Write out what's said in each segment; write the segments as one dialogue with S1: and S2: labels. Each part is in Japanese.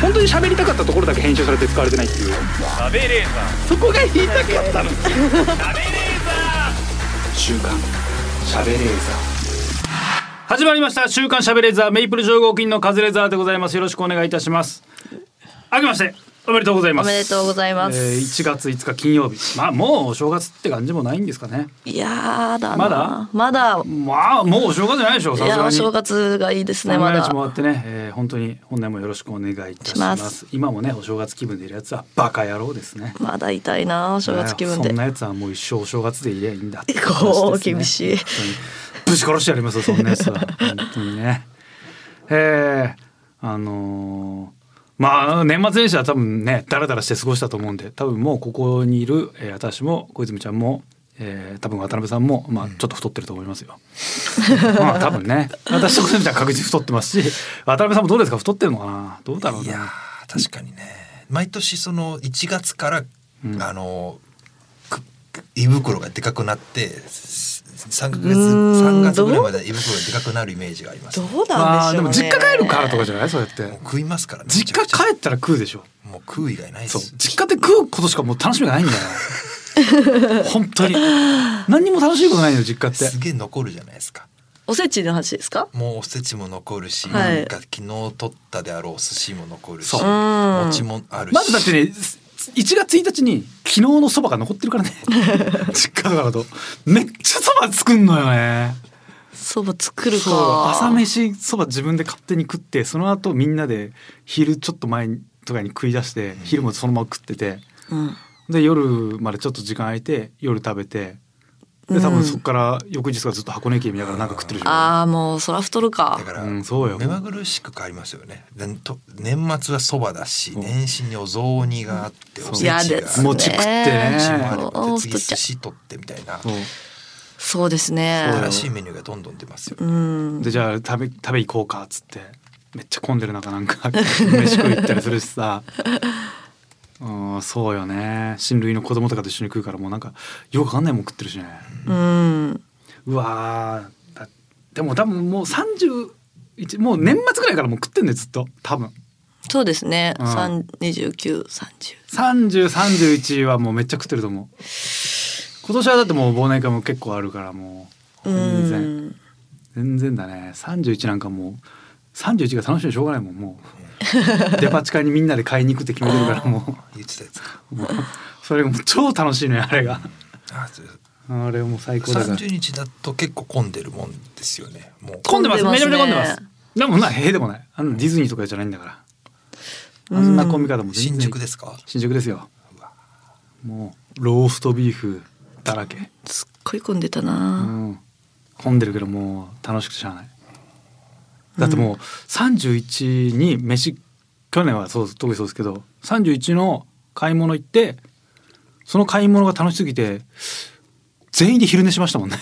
S1: 本当に喋りたかったところだけ編集されて使われてないっていう
S2: 食べレーザ
S1: そこが言いたかったの 週刊喋れー
S2: 始まりました週刊しゃべレーザーメイプル超合金のカズレーザーでございますよろしくお願いいたしますあけましておめでとうござい
S3: お
S2: ます
S3: めでとうございます。
S2: えー1月5日金曜日まあもうお正月って感じもないんですかね
S3: いやーだな。
S2: まだ
S3: まだ。
S2: まあもうお正月じゃないでしょう
S3: い
S2: さす
S3: や
S2: が
S3: お
S2: に
S3: 正月がいいですねま
S2: 万
S3: だ
S2: が日。もあってね、えー本当に本年もよろしくお願いいたします
S3: します
S2: 今もねお正月気分でいるやつはバカ野郎ですね
S3: まだ痛いなお正月気分
S2: ね
S3: で
S2: そん。なやつはもう一生お正月でいりゃいいんだって話ですね
S3: こう厳しい。
S2: 本当にぶち殺してやりますよそんなやつは本当にねえー、あのーまあ年末年始は多分ねダラダラして過ごしたと思うんで多分もうここにいる、えー私も小泉ちゃんも、えー多分渡辺さんも、まあ、ちょっと太ってると思いますよ。 まあ多分ね私と小泉ちゃん確実に太ってますし渡辺さんもどうですか太ってるのかなどうだろう
S4: い
S2: ね
S4: や。ー確かにね毎年その1月から、
S2: うん
S4: あのくく胃袋がでかくなってす3ヶ月
S3: うーん
S4: 3月ぐらいまで胃袋がでかくなるイメージがあります、
S3: ど
S4: ね、
S3: う
S2: ま
S3: なん
S2: あ
S3: でし
S2: で
S3: ょうね。
S2: も実家帰るからとかじゃないそうやって
S4: もう食いますからね
S2: 実家
S4: めちゃく
S2: 帰ったら食うでしょ
S4: ちゃもう食う以外ないで
S2: そう
S4: す
S2: 実家で食うことしかもう楽しみがないんだよ 本当に何にも楽しいことないのよ実家って
S4: すげえ残るじゃないですか
S3: おせちの話ですか。
S4: もうおせちも残るし、
S3: はい
S4: なんか昨日取ったであろうお寿司も残るし
S2: そう
S3: うん
S4: 餅もあるし
S2: まずだってね1月1日に昨日のそばが残ってる からね実家だからとめっちゃそば作んのよね
S3: そば作る
S2: そう
S3: か。
S2: 朝。飯そば自分で勝手に食ってその後みんなで昼ちょっと前とかに食い出して昼もそのまま食ってて
S3: うん。
S2: で夜までちょっと時間空いて夜食べてで多分そこから翌日からずっと箱根駅伝見ながらなんか食ってるじゃん
S3: ああもうそら太るか
S4: だ。から、
S2: うんそうよ
S4: 目まぐるしく変わりますよね。でと年末はそばだし、
S2: うん
S4: 年始にお雑煮があって、
S2: そう
S4: おせちがあ
S3: 嫌
S4: っ
S3: で
S4: て、
S3: すね。
S2: 餅食ってね
S4: 餅もあれば
S3: お
S4: で次
S3: 太
S4: 寿
S3: っちゃう
S4: 司取ってみたいな
S3: そうですね。
S2: そうだ
S4: 新しいメニューがどんどん出ますよ。
S3: うん。
S2: でじゃあ食べ食べ行こうかっつってめっちゃ混んでる中なんか 飯食い行ったりするしさうんそうよね親類の子供とかと一緒に食うからもうなんかよくわかんないもん食ってるしね
S3: うん。
S2: うわーだでも多分もう31もう年末ぐらいからもう食ってんねずっと多分
S3: そうですね。
S2: うん
S3: 三二十九三十。
S2: 3031はもうめっちゃ食ってると思う今年はだってもう忘年会も結構あるからもう
S3: う
S2: 全然。
S3: ん。
S2: 全然だね31なんかもう31が楽しみでしょうがないもんもう デパ地下にみんなで買いに行くって決めてるからも
S4: 言ってたやつか。
S2: うもうそれがもう超楽しいのよあれが
S4: あ、そう
S2: あれもう最高だから
S4: 三十日だと結構混んでるもんですよね。もう。
S2: 混んでますめちゃめちゃ混んでま
S3: 混ん
S2: す
S3: でま
S2: でもなへえでもないあのディズニーとかじゃないんだからあんな混み方も全然
S4: 新宿ですか。
S2: 新宿ですよ
S4: うわ
S2: もうローストビーフだらけ
S3: すっごい混んでた
S2: う
S3: な。
S2: ん混んでるけどもう楽しくてしゃあないだってもう31に飯去年はそう特にそうですけど31の買い物行ってその買い物が楽しすぎて全員で昼寝しましたもんね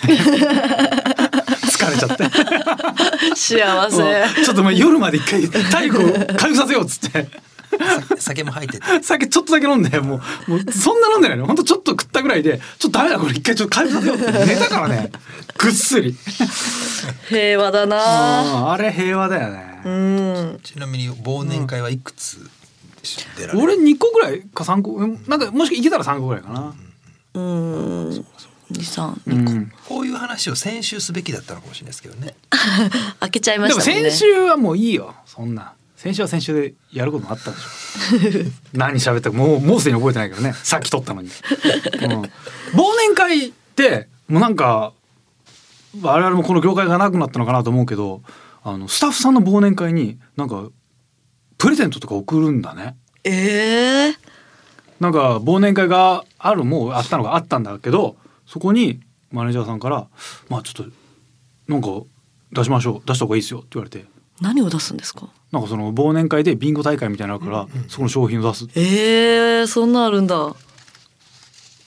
S2: 疲れちゃって
S3: 幸せ。
S2: もうちょっともう夜まで一回体力を回復させようっつって
S4: 酒も入ってて。
S2: 酒ちょっとだけ飲んでもうもうそんな飲んでないのほんとちょっと食ったぐらいでちょっとダメだこれ一回ちょっと回復させようって寝たからねぐっすり
S3: 平和だな。
S2: ああれ平和だよね、
S3: うん。
S4: ちなみに忘年会はいくつでしょ。出られる
S2: 俺2個ぐらいか3個うんなんかもしいけたら3個ぐらいかな、
S3: うん。二三。
S2: うん
S4: こういう話を先週すべきだったのかもしれないですけどね。
S3: 開けちゃいま
S2: で
S3: し
S2: も
S3: たもんね。
S2: 先週はもういいよそんな先週は先週でやることもあったでし ょ何喋ったかもうもうすでに覚えてないけどねさっき撮ったのに、うん忘年会ってもうなんか我々もこの業界がなくなったのかなと思うけどあのスタッフさんの忘年会になんかプレゼントとか送るんだね
S3: ええ
S2: なんか忘年会があるもうあったのがあったんだけどそこにマネージャーさんから「まあちょっとなんか出しましょう出した方がいいですよ」って言われて
S3: 何を出すんですか。
S2: なんかその忘年会でビンゴ大会みたいなのあるから、そこの商品を出すい
S3: ええそんなあるんだ。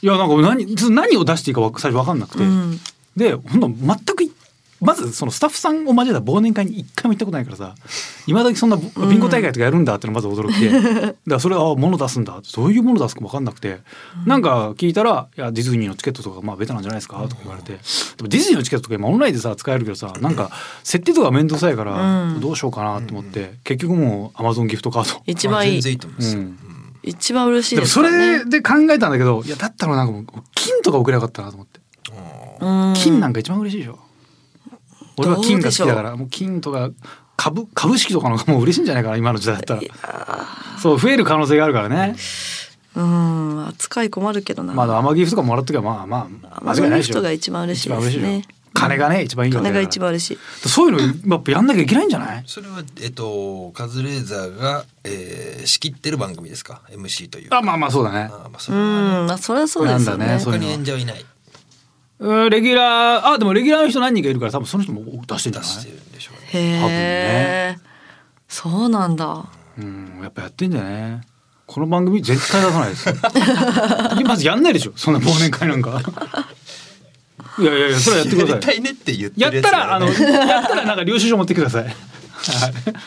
S2: やなんか何何を出していいかわ最初分かんなくて、
S3: うん。
S2: でほんと全くまずそのスタッフさんを交えた忘年会に一回も行ったことないからさいまだにそんなビンゴ大会とかやるんだってのまず驚きで、だからそれはあ物出すんだどういうもの出すか分かんなくて、なんか聞いたら「いやディズニーのチケットとかまあベタなんじゃないですか」とか言われて、でもディズニーのチケットとか今オンラインでさ使えるけどさなんか設定とか面倒くさいから
S3: うん
S2: どうしようかなと思って、結局もうアマゾンギフトカード。
S3: 一番い
S4: 全
S3: い
S4: 然いいと思いますよ。
S2: うん
S4: うん
S3: 一番嬉しい
S2: でも
S3: です
S2: そ
S3: からね。
S2: れで考えたんだけどいやだったらなんかもう金とか送ればよかったなと思って。
S3: うん
S2: 金なんか一番嬉しいでしょ、俺は金が好きだか
S3: どうで
S2: らもう金とか株株式とかの方がもう嬉しいんじゃないかな今の時代だったらそう増える可能性があるからね、
S3: うん扱い困るけどな。
S2: まだアマギフとかもらっときゃまあまあ
S3: アマゾンギフトが一番嬉しいですね
S2: 一番嬉しいよ金がね一番いいわけだ
S3: 金
S2: か
S3: が
S2: ら
S3: 一番嬉しい。
S2: そういうのやっぱやんなきゃいけないんじゃない
S4: それはえっとカズレーザーが、えー、仕切ってる番組ですか MC というか
S2: あまあまあそうだね
S4: あーまあそれ
S3: うん
S4: はね
S3: まあそれはそうです
S2: な
S3: よ
S2: んだ
S3: ね。
S2: ねそ
S4: 他
S2: う
S4: に演者はいない
S2: うんレギュラーあでもレギュラーの人何人かいるから多分その人も出してんじゃな
S4: 出し
S2: い
S4: てるんでしょうね
S3: へ
S2: 多分
S3: え
S2: ね。
S3: そうなんだ。
S2: うんやっぱやってんじゃねこの番組絶対出さない ですよまずやんないでしょそんな忘年会なん かいやいやいやそれはやってく
S4: や
S2: だ
S4: り
S2: さ
S4: た
S2: い
S4: いねって言って
S2: や
S4: る
S2: っ
S4: つ
S2: た
S4: だ
S2: らあ
S4: よ
S2: の
S4: ね
S2: やったらなんか領収書持ってくださいはい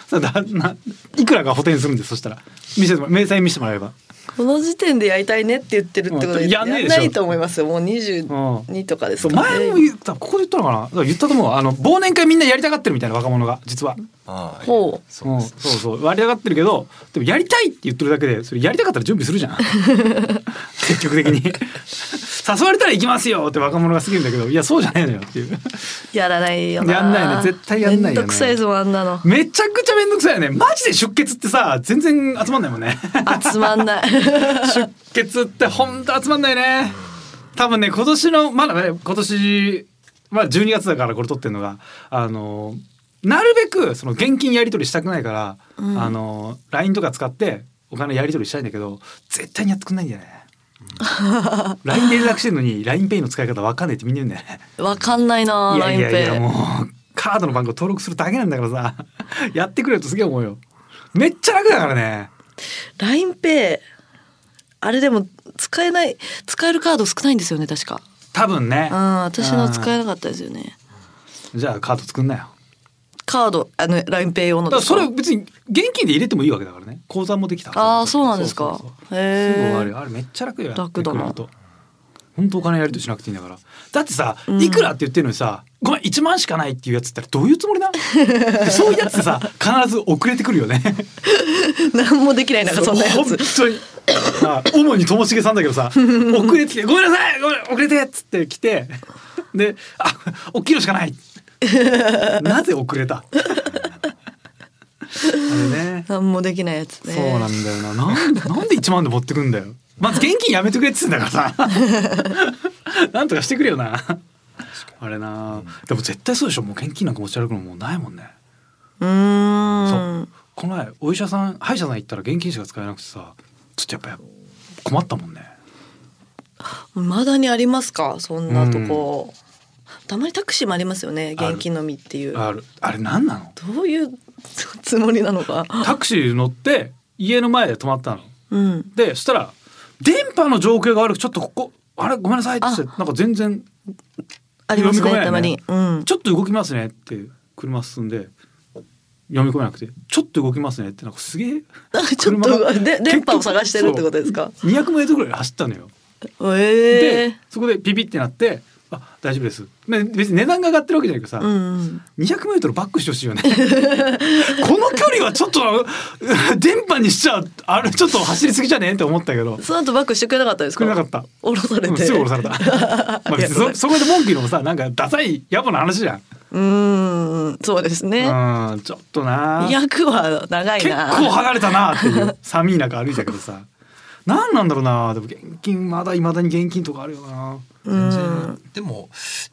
S2: それだないくらか補填するんですそしたら見せても明細見せてもらえば
S3: この時点でやりたいねって言ってるってこ
S2: う
S3: とで
S2: んやんねえでしょ
S3: ないと思いますよ。もう二十二とかです
S2: そう
S3: からね
S2: 前も言ったここで言ったのかなだから言ったと思うあの忘年会みんなやりたがってるみたいな若者が実は
S4: あー
S3: ほう
S4: そうです
S2: んそうそうやりたがってるけどでもやりたいって言ってるだけでそれやりたかったら準備するじゃん積極的に誘われたら行きますよって若者が好きなんだけどいやそうじゃないのよっていう
S3: やらないよな。
S2: やんないね絶対やんないよね
S3: めんどくさいぞあん なの。
S2: めちゃくちゃめんどくさいよねマジで出血ってさ全然集まんないもんね
S3: 集まんない。
S2: 出血ってほんと集まんないね多分ね今年のまだね今年まあ12月だからこれ撮ってるのがあのなるべくその現金やり取りしたくないから、
S3: うん
S2: あの LINE とか使ってお金やり取りしたいんだけど絶対にやってくんないん だよね LINE で連絡してるのに LINEPay の使い方わかんないってみんな言うんだよね
S3: わかんないな。
S2: いやいやい
S3: LINE
S2: や
S3: Pay
S2: もうカードの番号登録するだけなんだからさ やってくれよとすげえ思うよめっちゃ楽だからね
S3: LINEPay あれでも使えない使えるカード少ないんですよね確か
S2: 多分ね
S3: ああ私の使え
S2: い
S3: なかったですよね
S2: じゃあカード作んなよ
S3: カードあの LINEPay 用の
S2: だ
S3: で
S2: からそれ
S3: すか
S2: 別に現金で入れてもいいわけだからね口座もできた
S3: ああそうなんですか
S2: そうそうそうすぐ終わ
S3: へ
S2: る
S3: え
S2: よあれめっちゃ楽よ
S3: 楽だな
S2: やってくれると本当お金やりとりしなくていいんだからだってさ
S3: うん
S2: いくらって言ってるのにさ、ごめん1万しかないっていうやつったらどういうつもりなで そういうやつってさ必ず遅れてくるよね
S3: 何もできないなんかそんなやつ
S2: そう 本当に、まあ、主にともしげさんだけどさ遅れてきて「ごめんなさいごめん遅れて」っつって来てで「あ大きいのしか ない」なぜ遅れたあれね
S3: 何もできないやつね
S2: そうなんだよななんなんで1万で持ってくんだよまず現金やめてくれっつうんだから さなんとかしてくれよなあれなでも絶対そうでしょもう現金なんか持ち歩くのもうないもんね
S3: うーん
S2: この前お医者さん歯医者さん行ったら現金しか使えなくてさちょっとやっぱ困ったもんね
S3: まだにありますかそんなとこたまにタクシーもありますよね現金のみっていう
S2: あれあれ何なの
S3: どういうつもりなのか
S2: タクシー乗って家の前で止まったの
S3: うん
S2: でそしたら電波の状況が悪くちょっとここあれごめんなさいって言ってなんか全然
S3: あります
S2: 読み込め
S3: ね
S2: ない
S3: たまにうん
S2: ちょっと動きますねって車進んで読み込めなくてちょっと動きますねってなんかすげえ
S3: ちょっ
S2: 車が
S3: とで電波を探してるってことですか
S2: 結局そう200メートルぐらい走ったのよ
S3: ええ
S2: でそこでピピってなってあ大丈夫ですね別に値段が上がってるわけじゃないけどさ、
S3: うんうん、
S2: 200メートルバックしてほしいよね。こ の距離はちょっと 電波にしちゃあれちょっと走りすぎじゃねえって思ったけど。
S3: その後バックしてくれなかったです
S2: 作
S3: か
S2: れなかった。
S3: 降ろされ
S2: うん
S3: て
S2: すぐ降ろされ た。まあ別にそそこで文句言うのもさなんかダサい野暮な話じゃん。
S3: うーんそうですね
S2: うんちょっとな。
S3: 役は長い
S2: 結構
S3: な
S2: 離れたなっていう寒い中歩いたけどさ。なんなんだろうな。でも現金まだ未だに現金とかあるよな。
S3: うん
S4: でも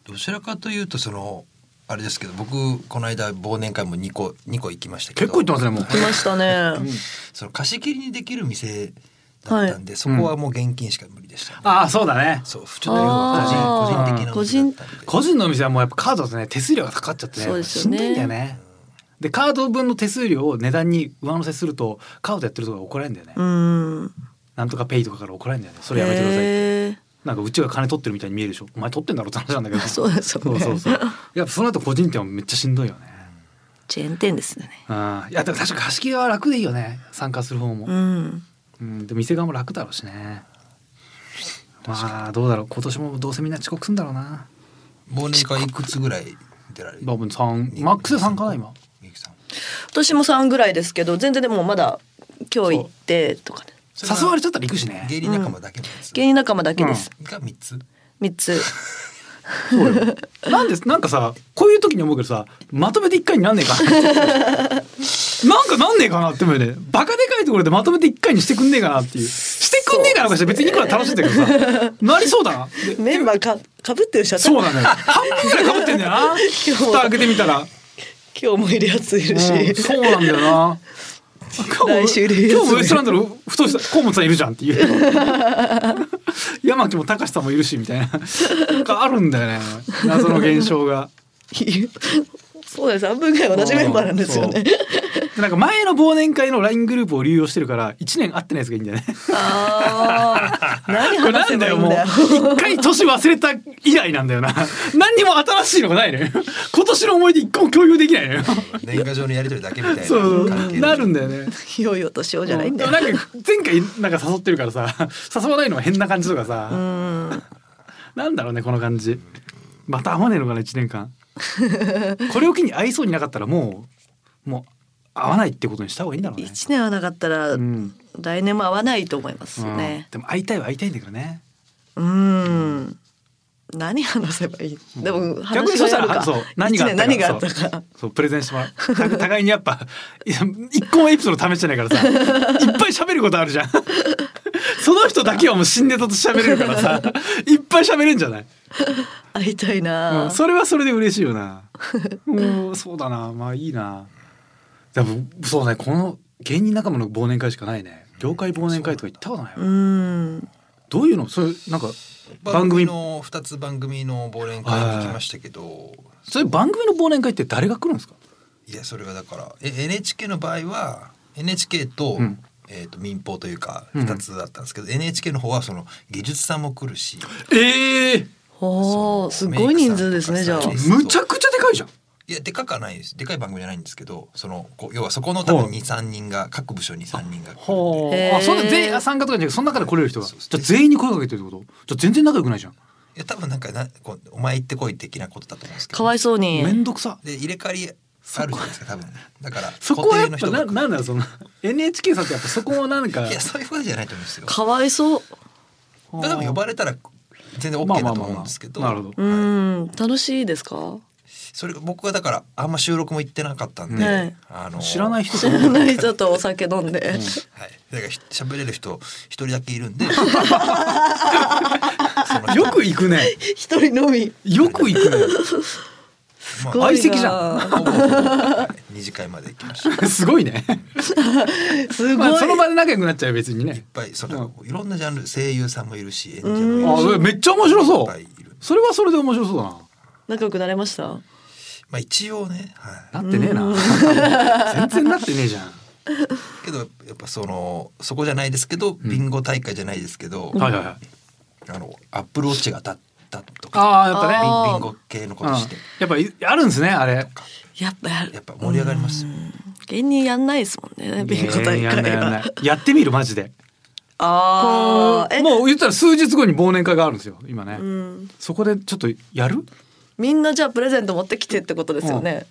S4: どちらかというとそのあれですけど僕この間忘年会も2個二個行きましたけ
S2: 結
S4: ど
S2: 構行ってますねもう。
S3: 来ましたね、
S4: その貸し切りにできる店だったんで、そこはもう現金しか無理でしたね、
S2: ああそうだね。
S4: そうちょっと要は
S2: あー
S4: 個人個人的な個人
S2: 個人のお店はもうやっぱカードだとね手数料がかかっちゃってね
S3: そうですよね
S2: しんどいんだよねでカード分の手数料を値段に上乗せするとカードやってるとこが怒られるんだよね、
S3: うん
S2: なんとかペイとかから怒られるんだよねそれやめてくださいって、
S3: へー
S2: なんかうちが金取ってるみたいに見えるでしょお前取ってんだろって話なんだけど
S3: そうですよ
S2: そう
S3: ね
S2: そうそうやっぱその後個人店はめっちゃしんどいよね
S3: チェーン店ですね
S2: あいやでも確か貸し切りは楽でいいよね参加する方も、
S3: うん
S2: うん、でも店側も楽だろうしねまあどうだろう今年もどうせみんな遅刻すんだろうな
S4: 忘年会いくつぐらい出られる
S2: 多分3マックスで3かな今
S4: みゆきさん
S3: 私も3ぐらいですけど全然でもまだ今日行ってとかね
S4: それは
S2: 誘われちゃったら行くしね
S4: 芸人仲間だけなんです
S3: 芸人仲間だけです、
S4: が三つ
S3: 三3つ
S2: そうよなんでなんかさこういう時に思うけどさまとめて1回になんねえか ななんかなんねえかなって思うよねバカでかいところでまとめて1回にしてくんねえかなっていうしてくんねえかなとかして別にいくら楽しいんだけどさなりそうだなで
S3: メンバーかかぶってるし
S2: そう
S3: 頭
S2: なのよ半分ぐらいかぶってんだよな蓋開けてみたら。
S3: 今日もいるやついるし、
S2: うんそうなんだよな。今
S3: 来週でいいやつ
S2: 今日もウエストランドの太した河本さんいるじゃんっていう山木も高橋さんもいるしみたいななんかあるんだよね謎の現象が
S3: そうです半分ぐらい同じメンバーなんですよね
S2: そうなんか前の忘年会の LINE グループを流用してるから1年会ってないやつがいいんだよね
S3: ああ何
S2: これ
S3: 話
S2: な
S3: せ
S2: んだ
S3: ばい
S2: よ
S3: いん
S2: もう
S3: だよ
S2: 一回年忘れた以来なんだよな何にも新しいのがないの、よ今年の思い出一個も共有できない の、よ
S4: 年賀状のやり取りだけみたいな
S2: そう
S4: 関係
S2: なるんだよね
S3: いよいよ年をじゃないんだよ、
S2: うんでもなんか前回なんか誘ってるからさ誘わないのは変な感じとかさ、なんだろうねこの感じまた会わねえのかな1年間これを機に会いそうになかったらもうもう会わないってことにした方がいいんだろうね、
S3: 一年はなかったら、
S2: うん
S3: 来年も会わないと思います
S2: うん
S3: ね
S2: でも会いたいは会いたいんだけどね
S3: うん何話せばいい、でも話
S2: 逆にそした
S3: はや
S2: ら
S3: るか
S2: そう何があったか
S3: 一年何があったか
S2: そうそうプレゼンしてもらうた 互いにやっぱいや一個もエピソード試してないからさいっぱい喋ることあるじゃんその人だけはもう新ネタとして喋れるからさいっぱい喋れるんじゃない
S3: 会いたい
S2: うん
S3: な、
S2: それはそれで嬉しいよなうんそうだなまあいいなでもそうねこの芸人仲間の忘年会しかないね業界忘年会とか行ったことないわ、
S3: うん
S2: どういうのそれなんか
S4: 番
S2: 番組
S4: 組の二つ番組の忘年会に行きましたけど
S2: それ番組の忘年会って誰が来るんですか
S4: いやそれがだからえ NHK の場合は NHK と、
S2: うん
S4: えー、と民放というか
S2: うん
S4: 二つだったんですけど、NHK の方はその技術さんも来るし
S2: ええ
S3: お
S4: そ
S3: お
S4: う
S3: すごい人数ですね
S4: メイ
S3: じ
S4: クさ
S3: ゃ
S4: ん
S3: あ
S4: とかさ
S2: むちゃくちゃでかいじゃん
S4: いやでかくはないですでかい番組じゃないんですけどそのこう要はそこの多分23人が各部署に3人が来るんで
S2: ほう
S3: へー
S2: あそんな全員あ参加とかじゃなくてその中で来れる人がじ
S4: そう
S2: ゃ
S4: そう
S2: あ全員に声かけてるってことじゃあ全然仲良くないじゃん
S4: いや多分なんかなこうお前行ってこい的なことだと思うんですけど
S3: かわいそうに
S2: めんどくさ
S4: で入れ替わりあるじゃないですか多分だから
S2: そこはやっ
S4: 固定の
S2: ぱ
S4: 人
S2: な
S4: が来る
S2: なんだろうその NHK さんってやっぱそこもなん か
S4: いやそういうことじゃないと思うんですよ
S3: かわいそう
S4: だから呼ばれたら全然 OK だと思うんですけど
S2: まあまあまあまあなるほど
S3: うん楽しいですか
S4: それが僕はだからあんま収録も行ってなかったんで、
S3: はい
S4: あの
S2: 知らない人
S3: 知
S2: と
S3: ら
S2: 思う
S3: ない人とお酒飲んで、
S4: はい、だからひ喋れる人一人だけいるん で
S2: よく行くね
S3: 一人のみ
S2: よく行くね
S3: す
S4: まあ
S3: ごいな
S2: 相席じゃ
S4: ほぼほぼはい二次会まで行きましたいっ
S2: すごいね
S3: すごい、
S2: まあその場で仲良くなっちゃうよ別にね
S4: ぱいそれ
S2: うん
S4: いろんなジャンル声優さんもいるし演者もいる
S2: あめっちゃ面白そう
S4: いっぱいいる
S2: それはそれで面白そうだ
S3: 仲良くなれました
S4: しまあ一応ね、はい、
S2: ななってねえな 全然なってねえじゃん
S4: けどやっぱそのそこじゃないですけどビンゴ大会じゃないですけど、
S2: はいはいはい
S4: あのアップルウォッチが当たったとか
S2: ああやっぱね
S4: ビ
S3: あー
S4: ンビンゴ系のことして
S2: うんやっぱあるんですねあれ
S3: やっぱやる
S4: やっぱ盛り上がりますよ
S3: 芸人やんないですもんねビンゴ大会
S2: やん
S3: は、
S2: ないやんないやってみるマジで
S3: ああえ
S2: もう言ったら数日後に忘年会があるんですよ今
S3: う
S2: ね
S3: ん
S2: そこでちょっとやる
S3: みんなじゃあプレゼント持ってきてってことですよね。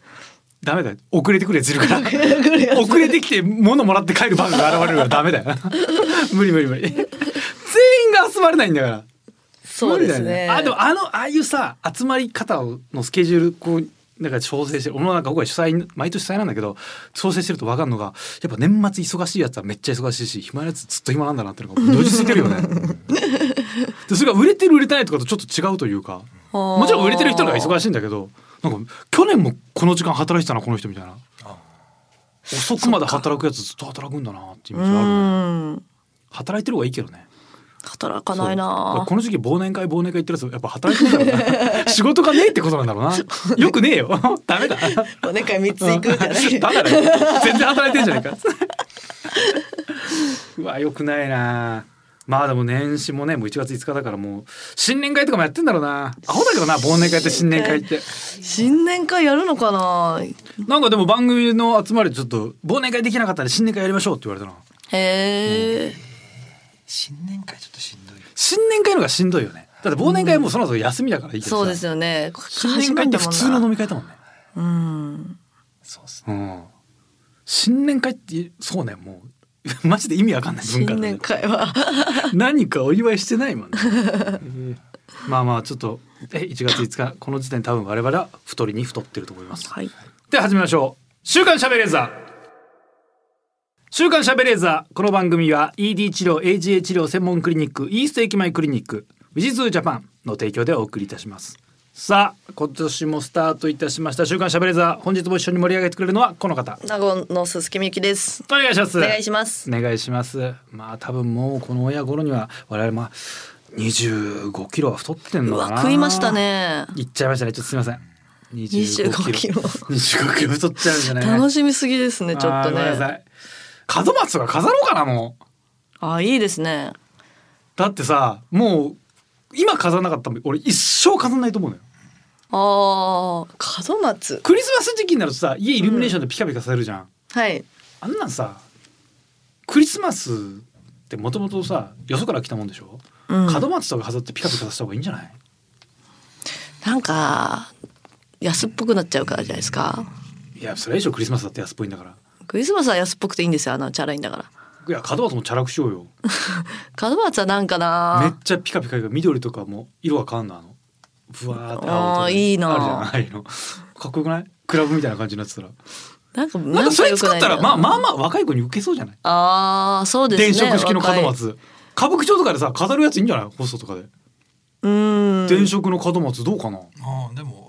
S2: ダメだよ 遅れてくるやついるから
S3: 来るやつ
S2: 遅れてきて物もらって帰るバカが現れるからダメだよ 無理無理無理全員が集まれないんだから
S3: そうです
S2: 無理だ
S3: ね。
S2: よあでもあのああいうさ集まり方をのスケジュールこうなんか調整して俺もなんか僕は主催毎年主催なんだけど調整してると分かるのがやっぱ年末忙しいやつはめっちゃ忙しいし暇なやつずっと暇なんだなっていうのが如実に出るよ ね。でそれが売れてる売れてないとかとちょっと違うというかも
S3: も
S2: ちろん売れてる人が忙
S3: しい。
S2: しいんだけどなんか去年もこの時間働いてたなこの人みたいな
S4: あ
S2: 遅くまで働くやつずっと働くんだなってイメ
S3: う
S2: ージあるよね
S3: ん。働
S2: 働いてる方がいいけどね。
S3: かない
S2: そう
S3: な
S2: こ。の時期忘年会忘年会行ってるやつやっぱ働いてるんだろう な仕事がねえってことなんだろうなよくねえよ ダメだ
S3: お願い三つ行く じゃない。
S2: バカだ よ全然働いてんじゃないかうわよくないなまあでも年始もねもう1月5日だからもう新年会とかもやってんだろうなアホだけどな忘年会って新年会って
S3: 新年会やるのかな
S2: なんかでも番組の集まりでちょっと忘年会できなかったら新年会やりましょうって言われたな
S3: へえ、
S4: 新年会ちょっとしんどい
S2: 新年会の方がしんどいよねだって忘年会もうその後休みだからいいけどさ
S3: そうですよね
S2: 新年会って普通の飲み会だもんね
S3: うん
S4: そうっすね
S2: うん新年会ってそうねもう マジで意味わかんない文化
S3: 新
S2: だね
S3: 年会は
S2: 何かお祝いしてないも んね、まあまあちょっとえ1月5日この時点多分我々は太りに太ってると思います
S3: はい
S2: では始めましょう「週刊しゃべれーザー」週刊しゃべれーザーこの番組は ED 治療 AGA 治療専門クリニックイースト駅前クリニックウィジズージャパンの提供でお送りいたしますさあ今年もスタートいたしました「週刊しゃべれーザー」本日も一緒に盛り上げてくれるのはこの方
S3: 名護の鈴木みゆきです
S2: お願いします
S3: お願いします
S2: お願いします。まあ多分もうこの親頃には我々まあ25キロは太ってん
S3: う
S2: のか
S3: わ
S2: な。
S3: 食いました。ね
S2: いっちゃいましたね。ちょっとすみません。
S3: 25キロ
S2: 25キロ太っちゃうんじゃない。
S3: 楽しみすぎですねちょっと
S2: あーごめんなさ
S3: ね
S2: い。門松とか飾ろうかなもう。
S3: あいいですね
S2: だってさもう今飾らなかったら俺一生飾らないと思うのよ。
S3: ああ門松
S2: クリスマス時期になるとさ家イルミネーションでピカピカされるじゃん。
S3: はい
S2: あんなんさクリスマスってもともとさよそから来たもんでしょ。
S3: うん
S2: 門松とか飾ってピカピカさせた方がいいんじゃない。
S3: なんか安っぽくなっちゃうからじゃないですか
S2: いやそれ以上クリスマスだって安っぽいんだから
S3: クリスマスは安っぽくていいんですよあのチャラいんだから
S2: いや門松もチャラくしようよ
S3: 門松はなんか
S2: めっ
S3: な
S2: ちゃピカピカが緑とかも色が変わんのあのぶわーって
S3: あー
S2: 青と
S3: いいな
S2: あるじゃないああいうのかっこよくないクラブみたいな感じになってたら
S3: なんか
S2: なんかそれ使ったらまあまあ
S3: あ
S2: まあ若い子に受けそうじゃない、
S3: あーそうですね
S2: 電飾式の門
S3: 若い
S2: 松歌舞伎町とかでさ飾るやついいんじゃないホストとかで、
S3: うん
S2: 電飾の門松どうかな
S4: ああでも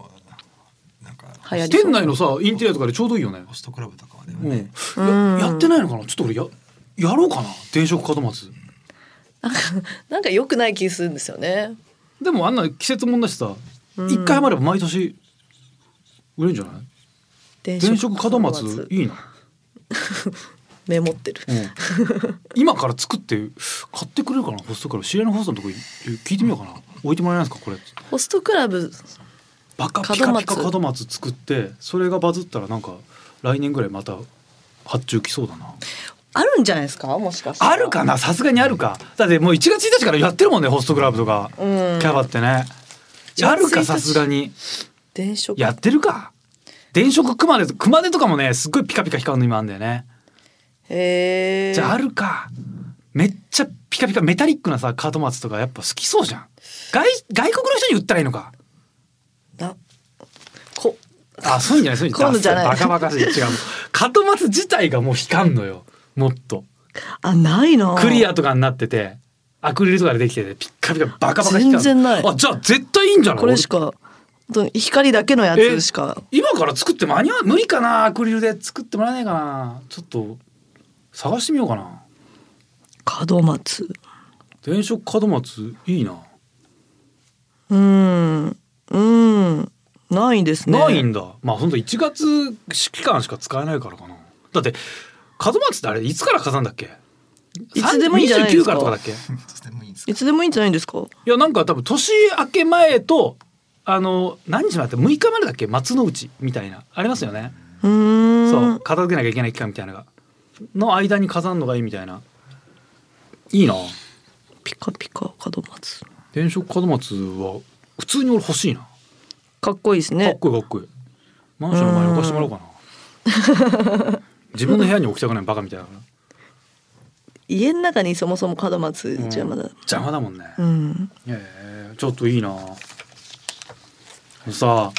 S4: なんか
S3: 流行りそう
S2: 店内のさインテリアとかでちょうどいいよね
S4: ホストクラブとかはで
S2: う
S4: も
S2: ん
S4: ね、
S3: うん
S2: ややってないのかなちょっと俺ややろうかな電飾門松
S3: なんか良くない気するんですよね
S2: でもあんな季節もんだしさ
S3: うん
S2: 一回まれば毎年売れるんじゃない
S3: 電
S2: 電飾門松いいな、
S3: メモってる
S2: うん 今から作って買ってくれるかなホストクラブ知り合いのホストのとこに聞いてみようかな置いてもらえないですかこれ
S3: ホストクラブ
S2: バカ
S3: 門松
S2: ピカピカ門松作ってそれがバズったらなんか来年ぐらいまた発注来そうだな
S3: あるんじゃないですかもしかして
S2: あるかなさすがにあるかだってもう1月1日からやってるもんねホストクラブとか、
S3: うん
S2: キャバってね
S3: 1
S2: あるか
S3: 1
S2: さすがに
S3: 電飾
S2: やってるか電飾熊手熊手とかもねすっごいピカピカ光るの今あんだよね
S3: へえ
S2: じゃああるかめっちゃピカピカメタリックなさカートマツとかやっぱ好きそうじゃん外外国の人に売ったらいいのか
S3: なこ
S2: あそういうんじゃないそういうん
S3: 今度じゃない
S2: ダサバカバカしい違うカートマツ自体がもう光んのよもっと
S3: あないな
S2: クリアとかになっててアクリルとかでできててピッカピカバカバカ光る
S3: 全然ない
S2: あじゃあ絶対いいんじゃない
S3: これしか本当に光だけのや
S2: え
S3: つしか
S2: 今から作って間に合う無理かなアクリルで作ってもらえないかなちょっと探してみようかな
S3: 門松
S2: 電飾カートマツいいな、
S3: うーんうーんないですね
S2: ないんだまあ本当1月期間しか使えないからかなだって門松ってあれいつから飾るんだっけ
S3: いつでもいいんじゃないです
S2: 29か
S3: か
S2: らとかだっけい
S4: それもいいんです
S3: いつでもいいんじゃないんですか
S2: やなんか多分年明け前とあの何日までだっけ6日までだっけ松の内みたいなありますよね、
S3: うーん
S2: そう片付けなきゃいけない期間みたいなのがの間に飾るのがいいみたいないいな
S3: ピカピカ門松
S2: 電飾門松は普通に俺欲しいな
S3: かっこいいです
S2: かっ
S3: ね
S2: こいいかっこいいマンションの前に置かしてもらおうかな 自分の部屋に置きたくないバカみたいだから
S3: 家の中にそもそも門松邪魔だ
S2: 邪魔だもんね、
S3: うん、
S2: ええちょっといいなさ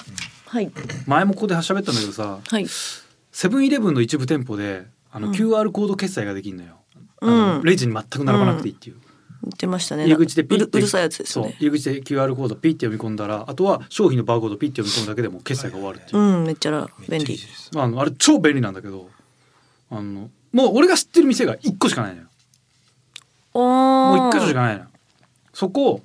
S3: はい
S2: 前もここで喋ったんだけどさ
S3: はい
S2: セブンイレブンの一部店舗であの QR コード決済ができるのよ、あの
S3: うん
S2: レジに全く並ばなくていいっていう、
S3: 言ってましたね
S2: 入り口でピ
S3: う
S2: ッ
S3: る
S2: て
S3: うるさいやつですよね
S2: そう入り口で QR コードピッて読み込んだらあとは商品のバーコードピッて読み込むだけでもう決済が終わるっていう、
S3: うんめっちゃ
S4: めっ
S3: 便
S4: ちゃいい
S3: 利
S4: です
S2: あのあれ超便利なんだけどあのもう俺が知ってる店が1個しかないのよ
S3: おー
S2: もう1箇所しかないのよそこを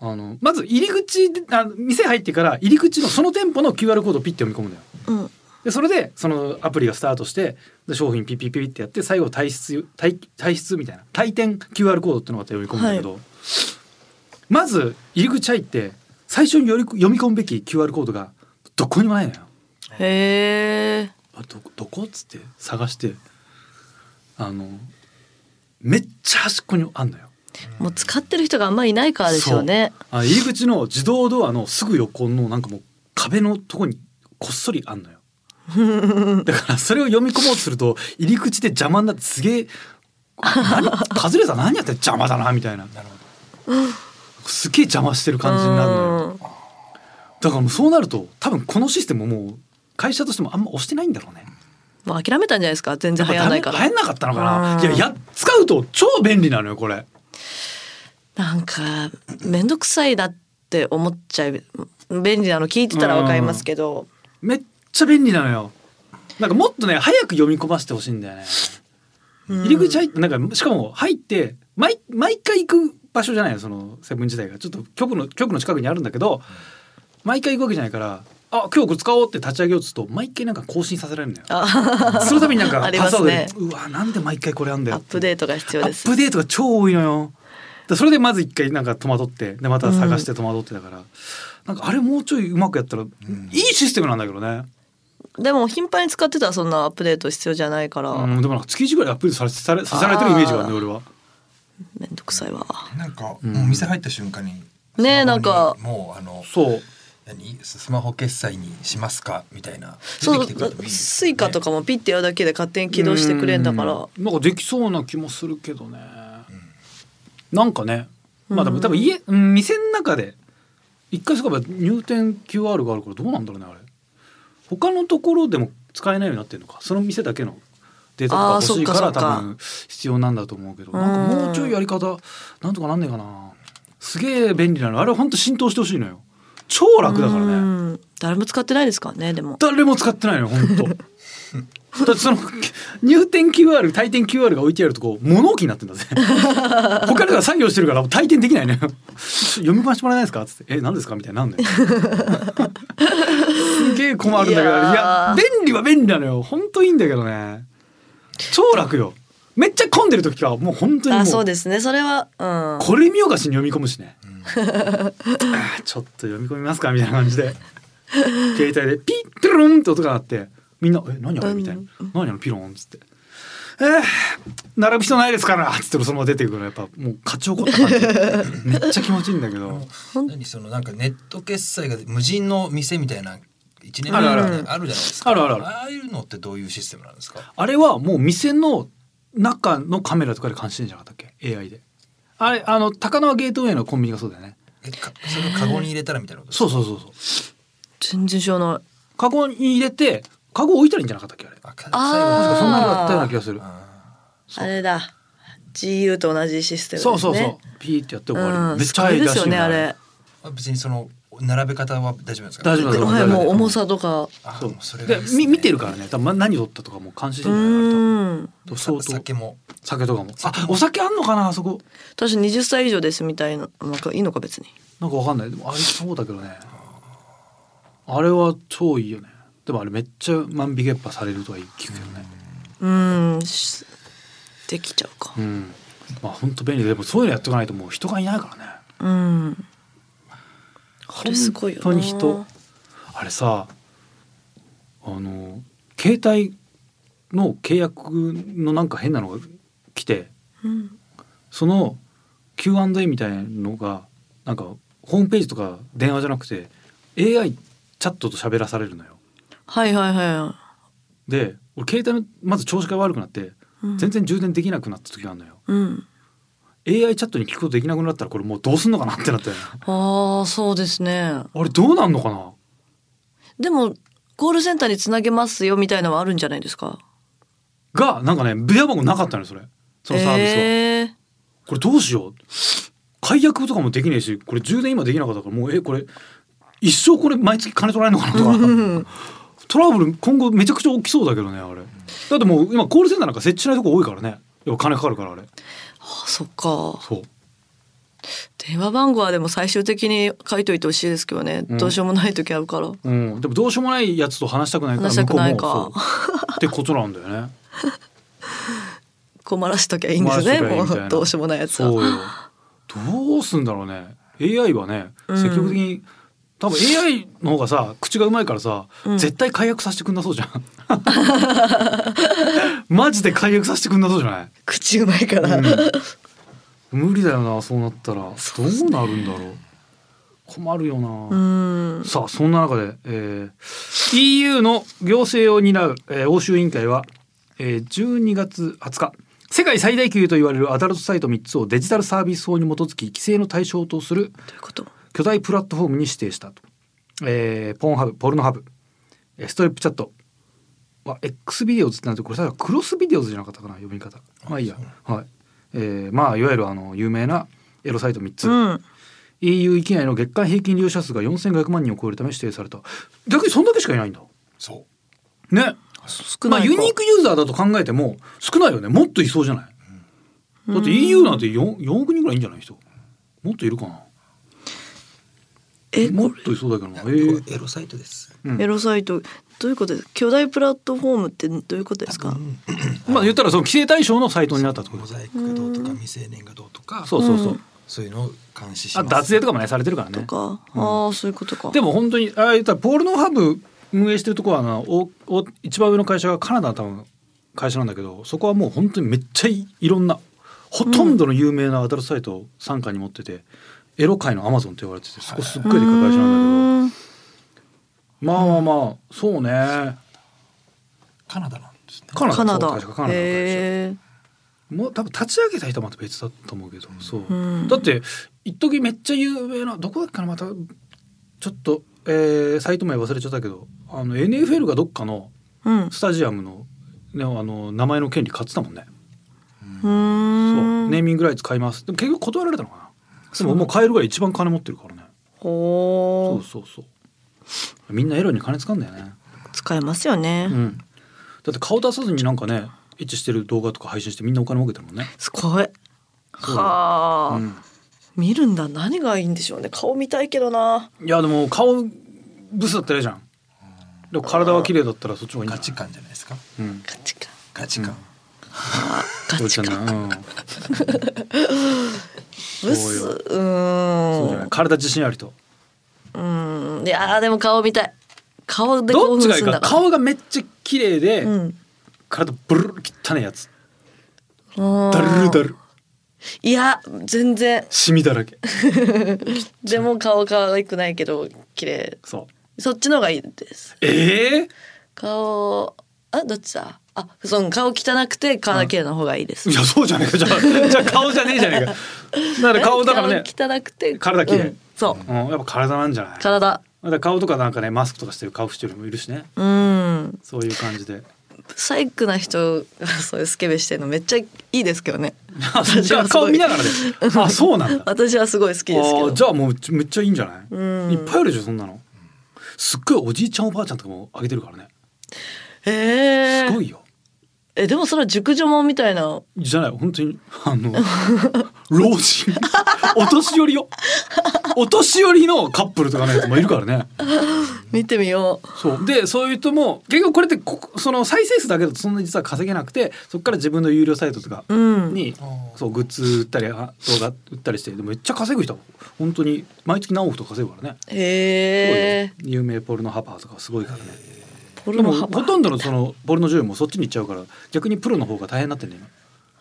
S2: あのまず入り口であ店入ってから入り口のその店舗の QR コードをピッて読み込むんだよ
S3: うん
S2: ででそれでそのアプリがスタートしてで商品ピッピッピッってやって最後退出退退出みたいな退店 QR コードってのがあって読み込むんだけど、まず入り口入って最初により読み込むべき QR コードがどこにもないのよ。
S3: へえ。
S2: あどどこっつって探してあのめっちゃ端っこにあんのよ。
S3: もう使ってる人があんまりいないからでしょうね。
S2: あ入り口の自動ドアのすぐ横のなんかもう壁のとこにこっそりあんのよ。 だからそれを読み込もうとすると入り口で邪魔になってすげえ「何カズレーザー何やってん邪魔だな」みたいな
S4: なるほど
S2: すげえ邪魔してる感じになるのよ。
S3: うん
S2: だからもうそうなると多分このシステムもう会社としてもあんま押してないんだろうね。
S3: もう諦めたんじゃないですか。全然流行らないから。
S2: 流行んなかったのかな
S3: う。
S2: い
S3: ん
S2: やや使うと超便利なのよこれ。
S3: なんか面倒くさいなって思っちゃい便利なの聞いてたらわかりますけど、
S2: めっちゃ便利なのよ。なんかもっとね早く読み込ませてほしいんだよね。
S3: うん
S2: 入り口入ってなんかしかも入って毎毎回行く場所じゃないのそのセブン自体がちょっと局の局の近くにあるんだけど毎回行くわけじゃないからあ今日これ使おうって立ち上げようとすると毎回なんか更新させられるんだよ。
S3: あ
S2: そのためになんか
S3: あり
S2: パ
S3: ま
S2: スワー
S3: す
S2: ドで
S3: ね、
S2: うわなんで毎回これあんだ
S3: ア
S2: よ
S3: ップデートが必要
S2: ア
S3: で
S2: ッ
S3: す
S2: プデートが超多いのよ。だそれでまず一回なんか戸惑ってでまた探して戸惑ってだから、なんかあれもうちょいうまくやったら、
S4: ん
S2: いいシステムなんだけどね。
S3: でも頻繁に使ってたらそんなアップデート必要じゃないから、
S2: うん、でもなんか月一ぐらいアップデートされされさせられてるイメージがあるね
S3: あー
S2: 俺は。
S3: めんどくさいわ
S4: なんか、
S2: うん
S4: もう店入った瞬間に
S3: ねえ
S4: スマホに
S3: なんか
S4: もうあの
S2: そう
S4: 何スマホ決済にしますかみたいな出て
S3: そ
S4: き
S3: う
S4: てくるのもいいです
S3: ス
S4: ね
S3: イカとかもピッてやるだけで勝手に起動してくれんだから
S2: うんなんかできそうな気もするけどね、なんかねまあでも多分家うん店の中で一回すれば入店 QR があるからどうなんだろうねあれ他のところでも使えないようになってるのかその店だけのデータ
S3: あー
S2: とか欲しいか
S3: そ
S2: ら
S3: っかそっ
S2: 多
S3: か
S2: 分必要なんだと思うけど
S3: うん
S2: なんかもうちょいやり方なんとかなんねえかなすげえ便利なのあれほんと浸透してほしいのよ超楽だからね、
S3: うん誰も使ってないですからねでも
S2: 誰も使ってないのよ本 当。だってその入店 QR 退店 QR が置いてあるとこ物置になってんだ ぜ他のが作業してるから退店できないのよ読み込ませてもらえないですかっつって「え何ですか?」みたいになん だよすげえ困るんだけどい
S3: いや
S2: や
S3: ー
S2: 便利は便利なのよ本当いいんだけどね超楽よめっちゃ混んでる時とかはもう本当にも
S3: あ
S2: う
S3: そうですねそれはうん
S2: これ見よがしに読み込むしね、あーちょっと読み込みますかみたいな感じで携帯でピットゥルンって音が鳴ってみんな「え何あれ?」みたいな「何あのピロン」っつって「えー、並ぶ人ないですから」っつってそのまま出てくるのやっぱもう勝ち怒った感 じめっちゃ気持ちいいんだけど
S4: 何そのなんかネット決済が無人の店みたいな一年
S2: あるある
S4: 前にあるじゃないですか
S2: あるあるある
S4: ああいうのってどういうシステムなんですか
S2: あれはもう店の中のカメラとかで監視してんじゃなかったっけ AI で。あれあの高輪ゲートウェイのコンビニがそうだよね。
S4: えかそれをカゴに入れたらみたいなことですか
S2: そうそうそうそう。
S3: 全然知らない
S2: カゴに入れてカゴ置いたらいいんじゃなかったっけあれ。
S4: あか
S3: あー
S2: 確かそんなのだったような気がする。
S4: あ
S3: あれだ GU と同じシステムです
S2: そ
S3: ね
S2: うそうそう。ピーってやって終わり。
S3: うん、
S2: めっちゃ早い
S3: で
S2: らし
S3: すよ
S2: い
S3: ね
S2: の
S3: あれ。
S4: ー別にその並べ方は大丈夫なんですか
S2: 大丈夫だと思
S3: はいもう重さとか
S4: あ
S2: そ
S4: ー
S2: う
S4: もうそれが
S2: で
S4: いいすね
S2: み見てるからね。多分ま何取ったとかも監視して
S3: う
S2: るんじ
S3: ん
S2: ゃないかな。相当
S4: お酒も
S2: 酒とかも。あお酒あんのかなあそこ。
S3: 私20歳以上ですみたいななんかいいのか別に
S2: なんかわかんない。でもあれそうだけどね。あれは超いいよね。でもあれめっちゃ万引きやっぱされるとは聞くけどね。
S3: うんしできちゃうか
S2: うん。まあ本当便利ででもそういうのやっておかないともう人がいないからね。
S3: うんこれすごいよな
S2: 本当に人あれさあの携帯の契約のなんか変なのが来て
S3: うん
S2: その Q&A みたいのがなんかホームページとか電話じゃなくて AI チャットと喋らされるのよ。
S3: はいはいは
S2: で俺携帯のまず調子が悪くなって
S3: い、うん、
S2: 全然充電できなくなった時があるのよ。
S3: うん、
S2: AI チャットに聞くことできなくなったらこれもうどうすんのかなってなったよね。
S3: ああそうですね
S2: あれどうなんのかな
S3: でもコールセンターにつなげますよみたいのはあるんじゃないですか
S2: がなんかね電話番号なかったのよそれそのサービスは。
S3: えー
S2: これどうしよう解約とかもできねえしこれ充電今できなかったからもうえこれ一生これ毎月金取られるのか なとかトラブル今後めちゃくちゃ起きそうだけどねあれだってもう今コールセンターなんか設置しないとこ多いからねやっぱ金かかるからあれ
S3: あそっか
S2: そう
S3: 電話番号はでも最終的に書いといてほしいですけどね、
S2: うん
S3: どうしようもない時あるから
S2: うん、でもどうしようもないやつと話したくないから
S3: 話したくないか
S2: 向こうもそうってことなんだよね。
S3: 困らしときゃいいんです
S2: 困
S3: ね
S2: らしときゃいい
S3: も
S2: みたいな
S3: うどうしようもないやつは
S2: そうよ。どうすんだろうね。AI はね、
S3: うん
S2: 積極的に多分 AI の方がさ口がうまいからさ、
S3: うん
S2: 絶対解約させてくんなそうじゃん。 マジで解約させてくんなそうじゃない。
S3: 口うまいから、
S2: うん、無理だよなそうなったらどうなるんだろう困るよ
S3: う
S2: な、
S3: ん
S2: さあそんな中で、えー EU の行政を担う、えー欧州委員会は、えー12月20日世界最大級と言われるアダルトサイト3つをデジタルサービス法に基づき規制の対象とする
S3: ということ
S2: 巨大プラットフォームに指定したと、えーポーンハブポルノハブえーストリップチャットは X ビデオズってなんてこれ確かクロスビデオズじゃなかったかな読み方まあいいやはい、えーまあいわゆるあの有名なエロサイト3つ、
S3: うん、
S2: EU 域内の月間平均利用者数が4500万人を超えるため指定された逆にそんだけしかいないんだ
S4: そう
S2: ね
S3: 少
S2: ま
S3: な
S2: あ
S3: いか
S2: ユニークユーザーだと考えても少ないよねもっといそうじゃないだって EU なんて 4, 4億人ぐらいいんじゃない人もっといるかな
S3: え
S2: も
S3: こ
S2: っといそうだけどな、え
S4: エロ
S2: ー
S4: エロサイトです。
S2: うん
S3: れエロサイトどういうことです巨大プラットフォームってどういうことですか、
S2: まあ言ったらその規制対象のサイトになったってこ
S4: モ
S2: と
S4: ザイクがどうとか未成年がどうとか
S2: そうそうそう、
S3: うん
S4: そういうのを監視し
S2: あ
S4: ます。
S2: 脱税とかもねされてるから
S3: と
S2: ね
S3: か、
S2: うん
S3: ああそういうことか
S2: でも本当にああ言ったらポールノハブ運営してるとこはあのおお一番上の会社がカナダの多分会社なんだけどそこはもう本当にめっちゃいいろんなほとんどの有名なアダルトサイトを傘下に持ってて、エロ界のアマゾンと言われててそこすっごいでかい会社なんだ
S3: うーん
S2: けどまあまあまあそうね
S4: カナダなんですね。
S2: カナダ
S3: カナ
S2: そう
S3: ダ
S2: 確かカナダの会
S3: へえ
S2: 社もう多分立ち上げた人はまた別だと思うけどそう、
S3: うん
S2: だって一時めっちゃ有名などこだっけかなまたちょっと、えーサイト名忘れちゃったけどあの NFL がどっかの
S3: うんう
S2: スタジアムの,、ね、あの名前の権利買ってたもんね、
S3: ー
S2: そうネー
S3: ん
S2: ミングライツ買いますでも結局断られたのかなでももう買えるぐらい一番金持ってるからねそ
S3: ほ
S2: うそうそうみんなエロに金使うんだよね、
S3: う使えますよね、
S2: うん、だって顔出さずになんかねエッチしてる動画とか配信してみんなお金儲けてるもんね
S3: すごい
S2: そう
S3: はあ、
S2: うん
S3: 見るんだ何がいいんでしょうね顔見たいけどない
S2: やでも顔ブスだったら嫌じゃんでも体は綺麗だったらそっちもいいんじゃ
S4: ガ
S2: ない
S4: チ感じゃないですか。
S2: うん
S3: ガチか
S4: ガチ感。
S3: ガ
S2: そうじ
S3: チ
S2: ゃ
S3: か
S2: ないうん
S3: ブ
S2: そう
S3: ス
S2: よ
S3: う
S2: そうじゃな
S3: ー
S2: い
S3: ん
S2: 体自信ある人
S3: うんいやーでも顔見たい顔で
S2: どっ
S3: 興奮
S2: ちがいい
S3: するんだ
S2: か
S3: から
S2: 顔がめっちゃ綺麗で、
S3: うん
S2: 体ブルル汚いやつ
S3: だ
S2: ダルルダル
S3: いや全然
S2: シミだらけ
S3: でも顔可愛くないけど綺麗
S2: そう
S3: そっちの方がいいです
S2: ええ
S3: 顔あどっちだあその顔汚くて顔綺麗な方がいいです
S2: いやそうじゃねえかじゃあじゃあ顔じゃねえじゃねえかだから顔だからね、
S3: 顔汚くて
S2: 体綺麗
S3: うんそう
S2: うん、やっぱ体なんじゃないだか
S3: 体
S2: ら顔とかなんかねマスクとかしてる顔してる人もいるしね
S3: うん
S2: そういう感じ で
S3: サイクな人 がそういうスケベしてるのめっちゃいいですけどね
S2: あじゃあ顔見ながらで、あそう なんだ
S3: 私はすごい好きですけ
S2: あ
S3: ど
S2: ーじゃあもうめっちゃいいんじゃない、
S3: うん
S2: いっぱいあるでしょそんなのすっごいおじいちゃんおばあちゃんとかもあげてるからね
S3: え
S2: すご
S3: ー、
S2: いよ
S3: えでもそれは熟女もんみたいな
S2: じゃない本当にあの老人 お年寄りよお年寄りのカップルとかのやつもいるからね
S3: 見てみよ
S2: そうでそういう人も結局これってここその再生数だけだとそんなに実は稼げなくてそこから自分の有料サイトとか
S3: ううん
S2: に、
S4: あー
S2: そうグッズ売ったりあ動画売ったりしてでもめっちゃ稼ぐ人は本当に毎月何億とか稼ぐからね、
S3: へえ
S2: そうよ有名ポルノハパーとかすごいからね、
S3: ポ
S2: で
S3: ル
S2: も
S3: ノ
S2: ほ
S3: 幅
S2: とんどのそのボルノ女優もそっちに行っちゃうから逆にプロの方が大変になってんだよ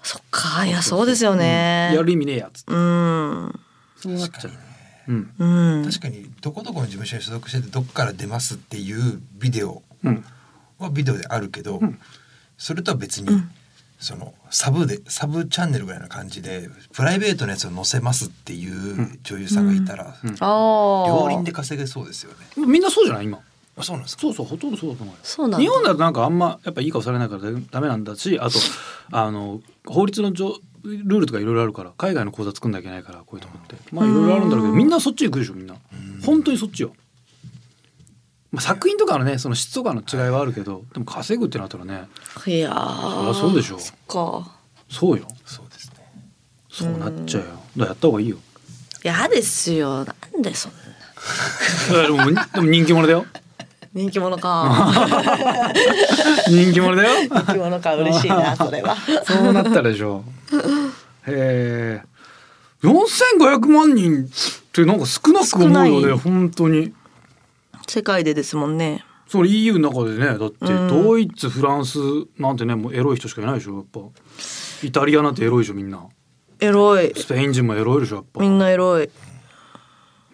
S3: そっかいや
S2: 今
S3: そうですよね
S2: うんやる意味ねえやつ
S3: うん
S2: そうなっち
S4: 確か
S2: ゃう
S4: にね。
S2: うん
S3: うん
S4: 確かにどこどこの事務所に所属しててどこから出ますっていうビデオ
S2: うん
S4: はビデオであるけど、
S2: うん
S4: それとは別に、
S3: うん
S4: そのサブでサブチャンネルぐらいな感じでプライベートのやつを載せますっていうん女優さんがいたら、
S2: うん
S3: ああ
S4: 両輪で稼げそうですよね。
S2: みんなそうじゃない今
S4: あそうなんですか。
S2: そうそうほとんどそうだと思うよ
S3: そうなんだ
S2: 日本だとなんかあんまやっぱいい顔されないからダメなんだしあとあの法律のじょルールとかいろいろあるから海外の口座作んなきゃいけないからこういうとこってまあいろいろあるんだろうけど
S3: うん
S2: みんなそっち行くでしょみんな
S4: うん
S2: 本当にそっちよ、まあ、作品とかのねその質とかの違いはあるけどでも稼ぐってなったらね
S3: いやー
S2: そりゃそうでしょ
S3: そっか
S2: そうよ
S4: そうですね。
S2: そうなっちゃうよだからやった方がいいよ
S3: やですよなんでそんな
S2: でもでも人気者だよ
S3: 人気 者か
S2: 人気者だよ
S3: 人気者か嬉し いなそれは
S2: そうなったでしょへえ4500万人ってなんか少なく思うよ
S3: 少
S2: ね
S3: ない
S2: 本当に
S3: 世界でですもんね
S2: それ EU の中でねだって
S3: うん
S2: ドイツフランスなんてねもうエロい人しかいないでしょやっぱイタリアなんてエロいでしょみんな
S3: エロい
S2: スペイン人もエロいでしょやっぱ
S3: みんなエロい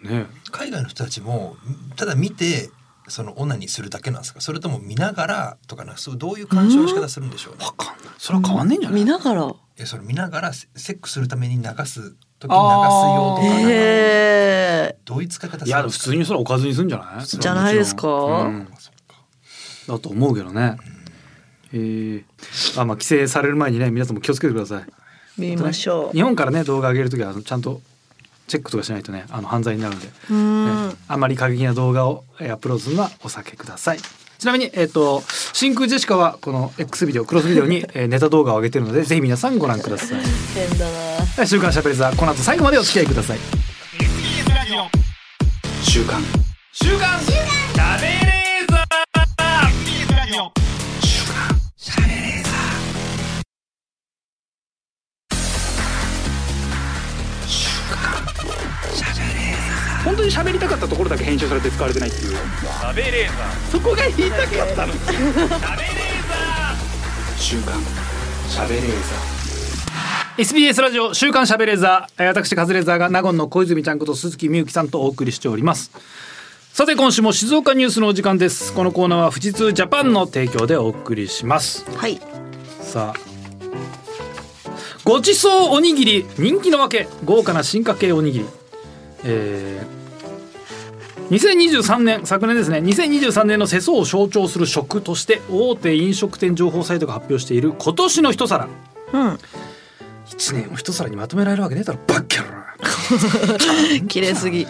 S2: ね
S4: 海外の人たちもただ見てそのオナにするだけなんですかそれとも見ながらとかなんかそうどういう鑑賞の仕方するんでしょうね
S2: わかんないそれは変わんねえんじゃない
S3: 見ながら
S4: えそれ見ながらセセックスするために流す時に流す
S2: あ
S4: よ
S2: ー
S4: とかなん
S3: へ
S4: か
S3: え
S4: どういう使い方するん
S2: いや普通にそれはおかずにするんじゃない
S3: じゃないですか
S2: うん
S4: あそっか
S2: だと思うけどねえー、あまあ規制される前にね皆さんも気をつけてください
S3: 見ましょう
S2: 日本からね動画上げるときはあのちゃんとチェックとかしないとねあの犯罪になるんで、ね
S3: うーん
S2: あまり過激な動画をえーアップロードするのはお避けくださいちなみに、えっと真空ジェシカはこの X ビデオクロスビデオに、 えーネタ動画を上げてるのでぜひ皆さんご覧ください
S3: 変だ
S2: 「
S3: な
S2: 週刊しゃべりザー」この後最後までお付き合いください
S1: 週刊本当に喋りたかったところだけ編集されて使われてないっていうそこが言いたかったの週刊喋れーザ
S2: SBS ラジオ週刊しゃべれーザーえー私カズレーザーが納言の小泉ちゃんこと鈴木みゆきさんとお送りしておりますさて今週も静岡ニュースのお時間ですこのコーナーは富士通ジャパンの提供でお送りします
S3: はい
S2: さあごちそうおにぎり人気のわけ豪華な進化系おにぎりえー2023年昨年ですね2023年の世相を象徴する食として大手飲食店情報サイトが発表している今年の一皿
S3: うん
S2: 1年を一皿にまとめられるわけねえだろバッキャロ
S3: 綺麗すぎ
S2: ー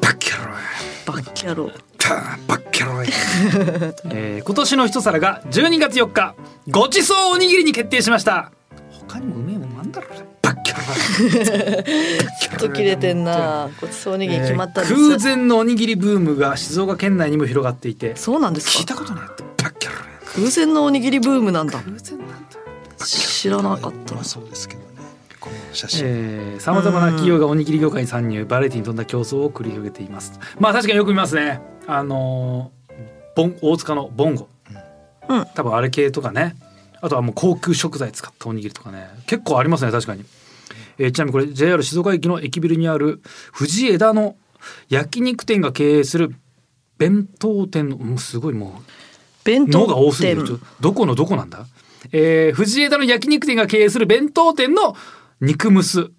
S2: バッキャロー
S3: バッキャロ
S2: バッキャロー えー今年の一皿が12月4日ごちそうおにぎりに決定しました他にもうめえもんあんだろバッキャロー
S3: ちょっと切れてんなごちそうおにぎり決まったんです、
S2: えー空前のおにぎりブームが静岡県内にも広がっていて
S3: そうなんです
S2: 聞い
S3: か
S2: たことないってバッキャロー
S3: 空前のおにぎりブームなんだ
S2: 偶然なんだ
S3: 知らなかった
S4: まあそうですけどねこの写真、
S2: えー、さまざまな企業がおにぎり業界に参入バラエティに富んだ競争を繰り広げていますまあ確かによく見ますねあのーボン大塚のボンゴ、
S3: うん
S2: 多分あれ系とかねあとはもう高級食材使ったおにぎりとかね結構ありますね確かに、えーちなみにこれ JR 静岡駅の駅ビルにある藤枝の焼肉店が経営する弁当店のうんすごいもう
S3: 弁当
S2: のが多すぎる
S3: 店
S2: ちょどこのどこなんだ、えー、藤枝の焼肉店が経営する弁当店の肉むす、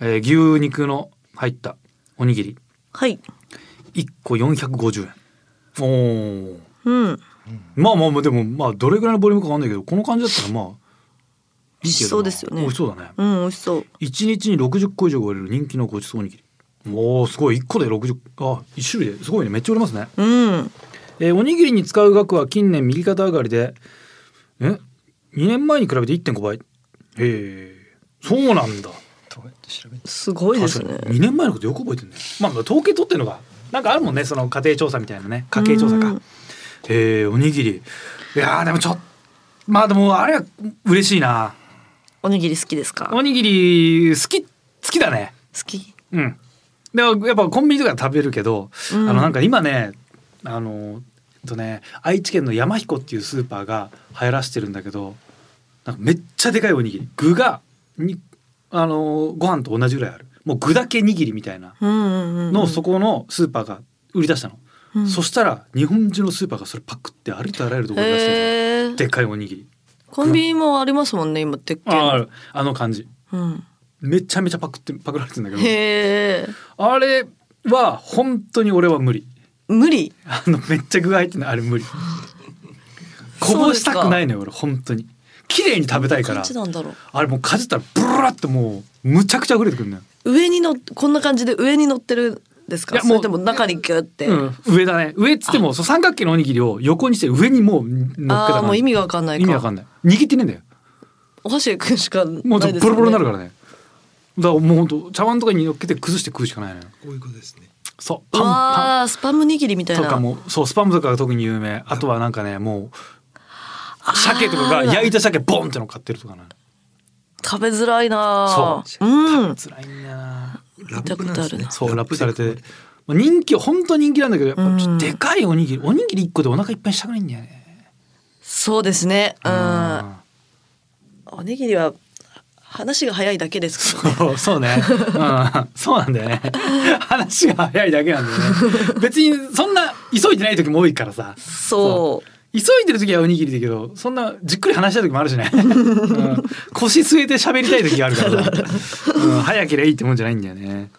S2: えー牛肉の入ったおにぎり
S3: はい
S2: 1個450円おー
S3: うん
S2: まあまあまあでもまあどれぐらいのボリュームかわかんないけどこの感じだったらまあいいけどな
S3: 美味しそうですよね
S2: 美味しそうだね
S3: うん美味しそう
S2: 1日に60個以上が売れる人気のごちそうおにぎりおーすごい1個で60あ1種類ですごいねめっちゃ売れますね
S3: うん
S2: えーおにぎりに使う額は近年右肩上がりでえ2年前に比べて1.5倍へえそうなんだ
S4: どうやって調べて
S3: すごいです
S2: 確か
S3: ね
S2: に2年前のことよく覚えてるねまあまあ統計取ってるのがなんかあるもんねその家庭調査みたいなね家計調査
S3: う
S2: か
S3: ん
S2: へえおにぎりいやーでもちょっまあでもあれは嬉しいな
S3: おにぎり好きですか
S2: おにぎり好き好きだね
S3: 好き
S2: うん、でやっぱコンビニとかで食べるけど、
S3: うん
S2: あのなんか今ねあのえっとね愛知県の山彦っていうスーパーが流行らしてるんだけどなんかめっちゃでかいおにぎり具がにあのご飯と同じぐらいあるもう具だけ握りみたいな
S3: うんうんうんうん
S2: のをそこのスーパーが売り出したの、
S3: うん
S2: そしたら日本中のスーパーがそれパクってありとあらゆるところに出してるの
S3: へえ
S2: でっかいおにぎり
S3: コンビニもありますもんね今でっけえ
S2: あ
S3: の
S2: るあの感じ
S3: うん
S2: めちゃめちゃパクってパクられてるんだけど
S3: へえ
S2: あれは本当に俺は無理。
S3: 無理
S2: あのめっちゃ具合入ってないあれ無理。こぼしたくないのよ俺本当に。綺麗に食べたいか
S3: 感
S2: ら。
S3: じなんだろ
S2: あれもうかじったらブルラってもうむちゃくちゃ溢れてくるのよ。
S3: う上にのこんな感じで上に乗ってるんです
S2: い
S3: か
S2: や
S3: そ
S2: もう
S3: れとも中にギュって
S2: うん、上だね。上っつってもそう三角形のおにぎりを横にして上にもう乗っけた感じ
S3: ああーもう意味がわかんないか
S2: 意味わかんない。握ってねえんだよ。
S3: お箸で食うしか
S2: もうちょ
S3: ない
S2: っ
S3: で
S2: と
S3: す
S2: ボロボロ
S3: よね
S2: になるからね。だからもう本当茶碗とかに乗っけて崩して食うしかないのよ
S4: こういうことですね。
S2: そうパンパ
S3: わあスパム握りみたい
S2: ンと
S3: な
S2: かもそうスパムとかが特に有名あとはなんかねもう鮭とかが
S3: あー
S2: 焼いた鮭ボンっての買ってるとかな
S3: 食べづらいな
S2: そう
S3: うん
S2: 辛いんだよな
S4: ラップな
S3: 見たこ
S4: んです
S3: とある
S4: ね
S3: な。
S2: そうラップされ
S4: で
S2: てまあ人気本当人気なんだけどやっぱちょ
S3: う
S2: っ
S3: ん
S2: とでかいおにぎりおにぎり一個でお腹いっぱいにしたくないんだよね
S3: そうですねう
S2: うん
S3: んおにぎりは話が早いだけですからね
S2: そう そうね、うん、そうなんだよね 話が早いだけなんだよね別にそんな急いでない時も多いからさ
S3: そ
S2: 急いでる時はおにぎりだけどそんなじっくり話したい時もあるし ね、うん、腰据えて喋りたい時があるからさ、うん、早ければいいってもんじゃないんだよね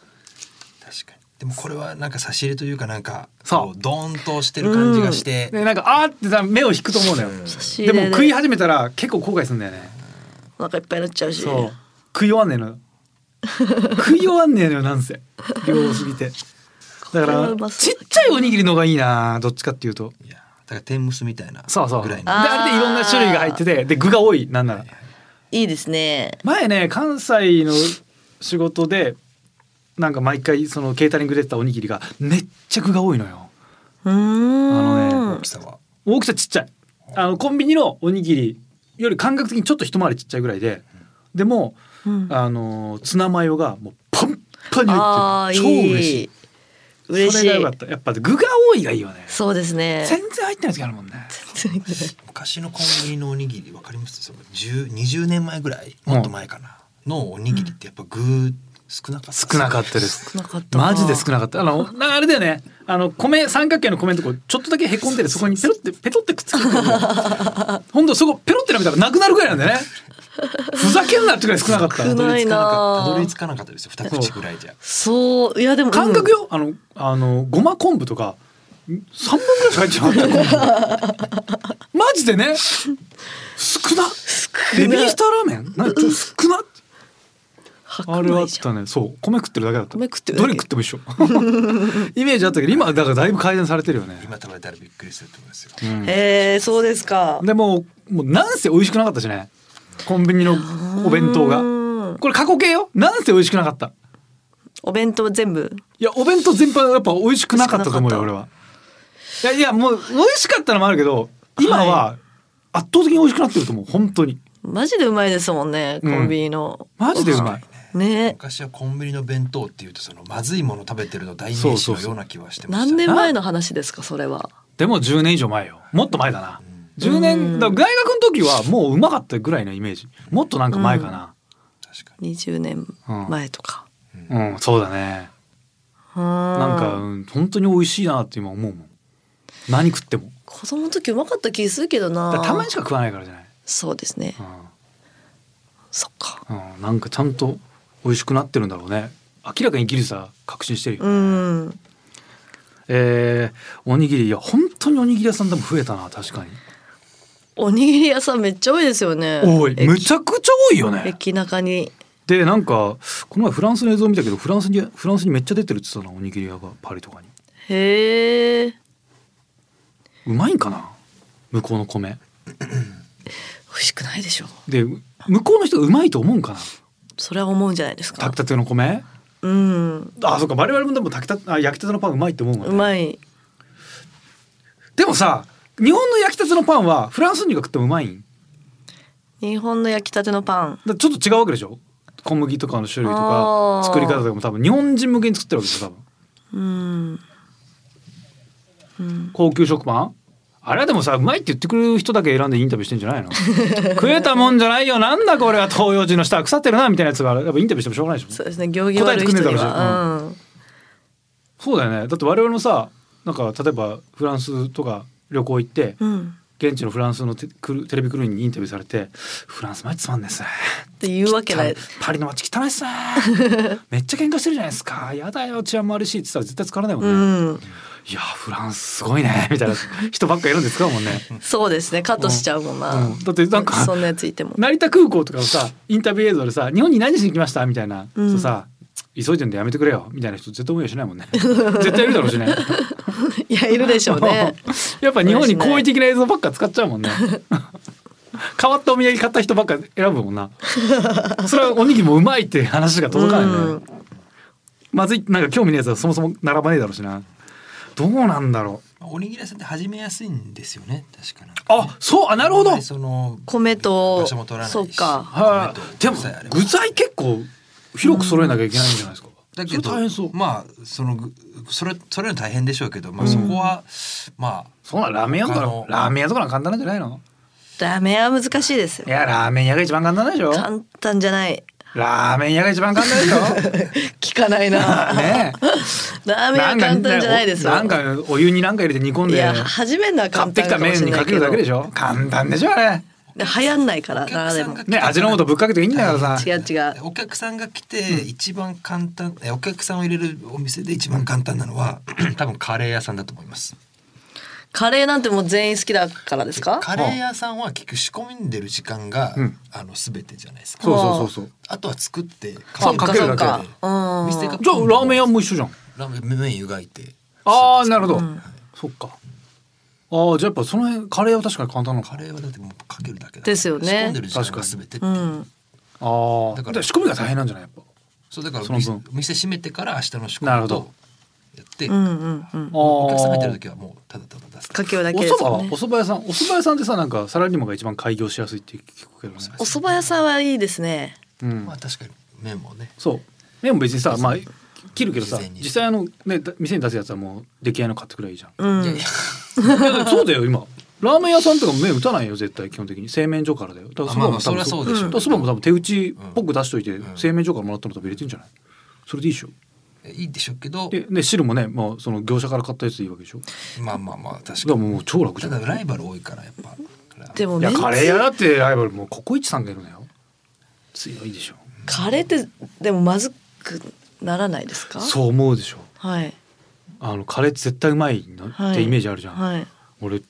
S4: 確かに。でもこれはなんか差し入れというかなんか
S2: そう
S4: こドーンとしてる感じがして、
S2: でなんかあーってさ目を引くと思うのよ
S4: うん
S3: う。
S2: でも食い始めたら結構後悔するんだよね
S3: お腹いっぱいになっちゃうし。
S2: そう食い終わんねえのよ食い終わんねえのよなんせ量多すぎてだ
S3: これは
S2: か
S3: うま
S2: ら
S3: そ
S2: ち
S3: う
S2: っちゃいおにぎりの方がいいなどっちかっていうと
S4: いやだから天むすみたいな
S2: そうそう
S4: ぐらい
S2: で
S4: の。
S3: あ
S2: あれでいろんな種類が入っててで具が多いなんなら
S3: いいですね。
S2: 前ね関西の仕事でなんか毎回そのケータリングで出てたおにぎりがめっちゃ具が多いのよ
S3: うー
S2: あのね
S3: ん。
S4: 大きさは。
S2: 大きさちっちゃいあのコンビニのおにぎりより感覚的にちょっと一回りちっちゃいぐらいででも
S3: うん
S2: あのツナマヨがもうパンパンに
S3: あ
S2: 入
S3: あ
S2: っ
S3: ー
S2: てる超嬉し
S3: い
S2: い
S3: い。嬉
S2: そ
S3: し
S2: れが良
S3: い
S2: かっ。たやっぱ具が多いがいいよね
S3: そうですね。
S2: 全然入ってない時あるもんね
S4: 昔のコンビニのおにぎりわかりますその10 20年前ぐらいもっと前かな、のおにぎりってやっぱ具少なかったです
S2: 少なかったです
S3: 少なかったな。
S2: マジで少なかったあのなんかあれだよねあの米三角形の米のとこちょっとだけへこんでるそこにペロってペトってくっつけてる本当そこペロってなめたらなくなるぐらいなん だよねふざけんなってぐらい少なかった
S3: 少な
S4: たどり
S3: 少ない
S4: 着かなか
S3: な
S4: っ
S3: あ
S4: たたどり着かなかったですよ二口ぐらいじゃ
S3: そういやでも
S2: 感覚
S3: よ。
S2: よあのあのごま昆布とか三本ぐらいしか入ってなかった よ昆布マジでね少なベビースターラーメンなんか少なあ
S3: 白
S2: れはあ
S3: 米
S2: っ
S3: じゃん
S2: たねそう米食ってるだけだった
S3: 米食ってるだ
S2: ど
S3: け
S2: れ食っても一緒 イメージあったけど今だからだいぶ改善されてるよね
S4: ん今食べたらびっくりすると思いますよ、
S3: へえそうですか。
S2: でもうもうなんせ美味しくなかったしねコンビニのお弁当
S3: う
S2: が
S3: ーん
S2: これ過去形よなんせ美味しくなかった
S3: お弁当全部。
S2: いやお弁当全般やっぱ美味しくなかったと思うよ
S3: 美
S2: 俺
S3: 味
S2: はいやいやもう美味しかったのもあるけど今は圧倒的に美味しくなってると思う本当に
S3: マジでうまいですもんね
S2: う
S3: コ
S2: ん
S3: ンビニの。
S2: マジでうまい
S3: ね。
S4: 昔はコンビニの弁当っていうとそのまずいもの食べてるの代名詞のような気はしてました
S3: 何年前の話ですかそれは。
S2: でも10年以上前よもっと前だな
S4: うん
S2: 10
S3: う
S2: 年
S3: ん
S2: だから大学の時はもううまかったぐらいのイメージもっとなんか前かな
S4: 確か
S3: 20年前とか。
S4: に、うん
S2: うん、そうだねな
S3: なん
S2: か、うん、本当に美味しいなって今思うもん何食っても
S3: 子供の時うまかった気するけど
S2: だか
S3: な
S2: らたまにしか食わないからじゃない
S3: そうですねそっか
S2: うん、うん、なんかちゃんと美味しくなってるんだろうね明らかにギリさ確信してるよ、
S3: うん
S2: えーおにぎりいや本当におにぎり屋さんでも増えたな確かに
S3: おにぎり屋さんめっちゃ多いですよね
S2: 多い
S3: 駅
S2: めちゃくちゃ多いよね
S3: 駅中に
S2: でなんかこの前フランスの映像見たけどフランスにフランスにめっちゃ出てるって言ってたなおにぎり屋がパリとかに
S3: へえ
S2: うまいんかな向こうの米
S3: 美味しくないでしょ
S2: で向こうの人がうまいと思うんかな
S3: それは思うんじゃないですか
S2: 炊きたての米
S3: うん
S2: あ、そうか、我々もでも炊きた、あ、焼きたてのパンうまいって思うもんね。
S3: うまい
S2: でもさ、日本の焼きたてのパンはフランス人が食ってもうまいん。
S3: 日本の焼きたてのパン
S2: だからちょっと違うわけでしょ小麦とかの種類とか
S3: あ、ー
S2: 作り方とかも多分日本人向けに作ってるわけでしょ多分。
S3: うんうん
S2: 高級食パン。あれはでもさ、うまいって言ってくれる人だけ選んでインタビューしてんじゃ ないの。食えたもんじゃないよ、なんだこれは東洋人の舌腐ってるなみたいなやつが、やっぱインタビューしてもしょうがないでし
S3: そ
S2: ょ
S3: うですね行儀悪い人には、うん、
S2: そうだよね。だって我々もさ、なんか例えばフランスとか旅行行って。
S3: うん、っ
S2: 現地のフランスのテクルテレビクルーにインタビューされて「フランスマジつまんねえっすね
S3: ていうわけない
S2: パリの街汚いっ すねめっちゃ喧嘩してるじゃないですかやだよ治安も悪いし」って言ったら絶対疲れないもん
S3: う
S2: ね「
S3: ん
S2: いやフランスすごいね」みたいな人ばっかいるんですかもんね、
S3: そうですねカットしちゃうもんな、
S2: うんだってなんか
S3: そんなやついても
S2: 成田空港とかのさインタビュー映像でさ「日本に何しに来ました?」みたいな、
S3: うん
S2: そうさ「急いでんでやめてくれよ」みたいな人絶対思いはしないもんね絶対いるだろうしね
S3: いやいるでしょうね
S2: やっぱ日本に好意的な映像ばっか使っちゃうもんね変わったお土産買った人ばっか選ぶもんなそれはおにぎりもうまいって話が届かないね、
S3: うん
S2: まずいなんか興味ないやつはそもそも並ばねえだろうしなどうなんだろう
S4: まあおにぎり屋さんって始めやすいんですよね確かなんか
S2: あそうあなるほど
S4: あんま
S2: は
S4: りその
S3: 米と
S4: 場所も取らないし
S3: そうか
S2: あでも
S4: 米とさえあれば
S2: 具材結構広く揃えなきゃいけないんじゃないですか、
S4: だけど
S2: それ大変そう
S4: まあそのぐそれそれは大変でしょうけどまあそこは、まあ
S2: そんなラーメン屋と
S4: あ
S2: か
S4: の
S2: ラーメン屋とかの簡単なんじゃないの
S3: ラーメンは難しいですよ
S2: いやラーメン屋が一番簡単でしょ
S3: 簡単じ ゃない
S2: ラーメン屋が一番簡単でし ょ
S3: 聞かないな、
S2: ねえ
S3: ラーメンは簡単じゃないですよ
S2: なんかなんかお湯に何か入れて煮込ん
S3: い
S2: で
S3: や初めのは
S2: 買
S3: 簡
S2: って
S3: 単
S2: きた
S3: かも
S2: 麺
S3: しれ
S2: に
S3: な
S2: か
S3: い
S2: け
S3: け
S2: る
S3: ど
S2: だけでしょ簡単でしょあれ
S3: で流行んないから
S4: お客
S3: ラー
S4: さ
S3: メン
S4: ん
S3: も
S4: が
S2: ね味の素ぶっかけていいんだからさ
S3: 違う違う
S4: お客さんが来て一番簡単、えお客さんを入れるお店で一番簡単なのは多分カレー屋さんだと思います
S3: カレーなんてもう全員好きだからですか
S4: カレー屋さんは結局仕込んでる時間が、
S2: うん
S4: あの全てじゃないですか
S2: そうそうそうそう
S4: あとは作って
S2: そうかけるだけ
S4: かける
S3: そうかうん
S4: 店が
S2: じゃあラーメン屋も一緒じゃん
S4: ラーメン麺湯がいて
S2: ああなるほど、
S3: うん
S2: そっかああじゃあやっぱその辺カレーは確かに簡単なのか
S4: カレーはだってもうかけるだけだ
S3: ですよね
S4: 仕込んでる時間が全てって
S3: う
S4: いうん
S2: ああ
S4: だ
S2: だ
S4: か
S2: からら仕込みが大変なんじゃないやっぱ
S4: そうだから
S2: その分
S4: 店店閉めてから明日の仕
S2: なる
S4: 込
S2: ほど
S4: みとやって、
S3: うんうんうん
S4: お客さんが入ってる
S2: 時
S4: 時はもうただただ出す
S3: かけようだけ
S2: お
S3: です
S2: 蕎
S3: よ
S2: 麦は
S3: ね
S2: お蕎麦屋さんお蕎麦屋さんってさなんかサラリーマンが一番開業しやすいって聞くけどね
S3: お蕎麦屋さんはいいですね
S2: うん
S4: まあ確かに麺もね
S2: そう麺も別にさまあ切るけどさ
S4: 自然に
S2: 実際あのねだ店に出すやつはもう出来合いの買ってくればいいじゃん
S3: うん
S4: いやい
S2: い
S4: や
S2: やだってそうだよ今ラーメン屋さんとか麺打たないよ絶対基本的に製麺所からだよだから
S4: まあまあ
S2: そ
S4: そ
S2: ば
S4: れ
S2: も多
S4: はそう
S2: 分
S4: でし
S2: だ
S4: ょう
S2: からそばも多分手打ちっぽく出しといて、
S4: ん
S2: 製麺所からもらったのとか入れてんじゃないそれでいいでしょ
S4: いいでしょうけど
S2: でね汁もね、まあ、その業者から買ったやつでいいわけでしょだか
S4: まあまあまあ確
S2: ら
S4: かに
S2: もう超楽じ
S4: た
S2: ゃん
S4: だ
S2: い
S4: ライバル多いからやっぱ
S3: でも
S2: や
S3: めんつ
S2: カレー屋だってライバルもうココイチさんがいるのよ強いでしょ
S3: カレーってでもまずくならないですか
S2: そう思うでしょ
S3: はい
S2: あのカレーって絶対うまいな
S3: はい
S2: ってイメージあるじゃん、
S3: はい
S2: 俺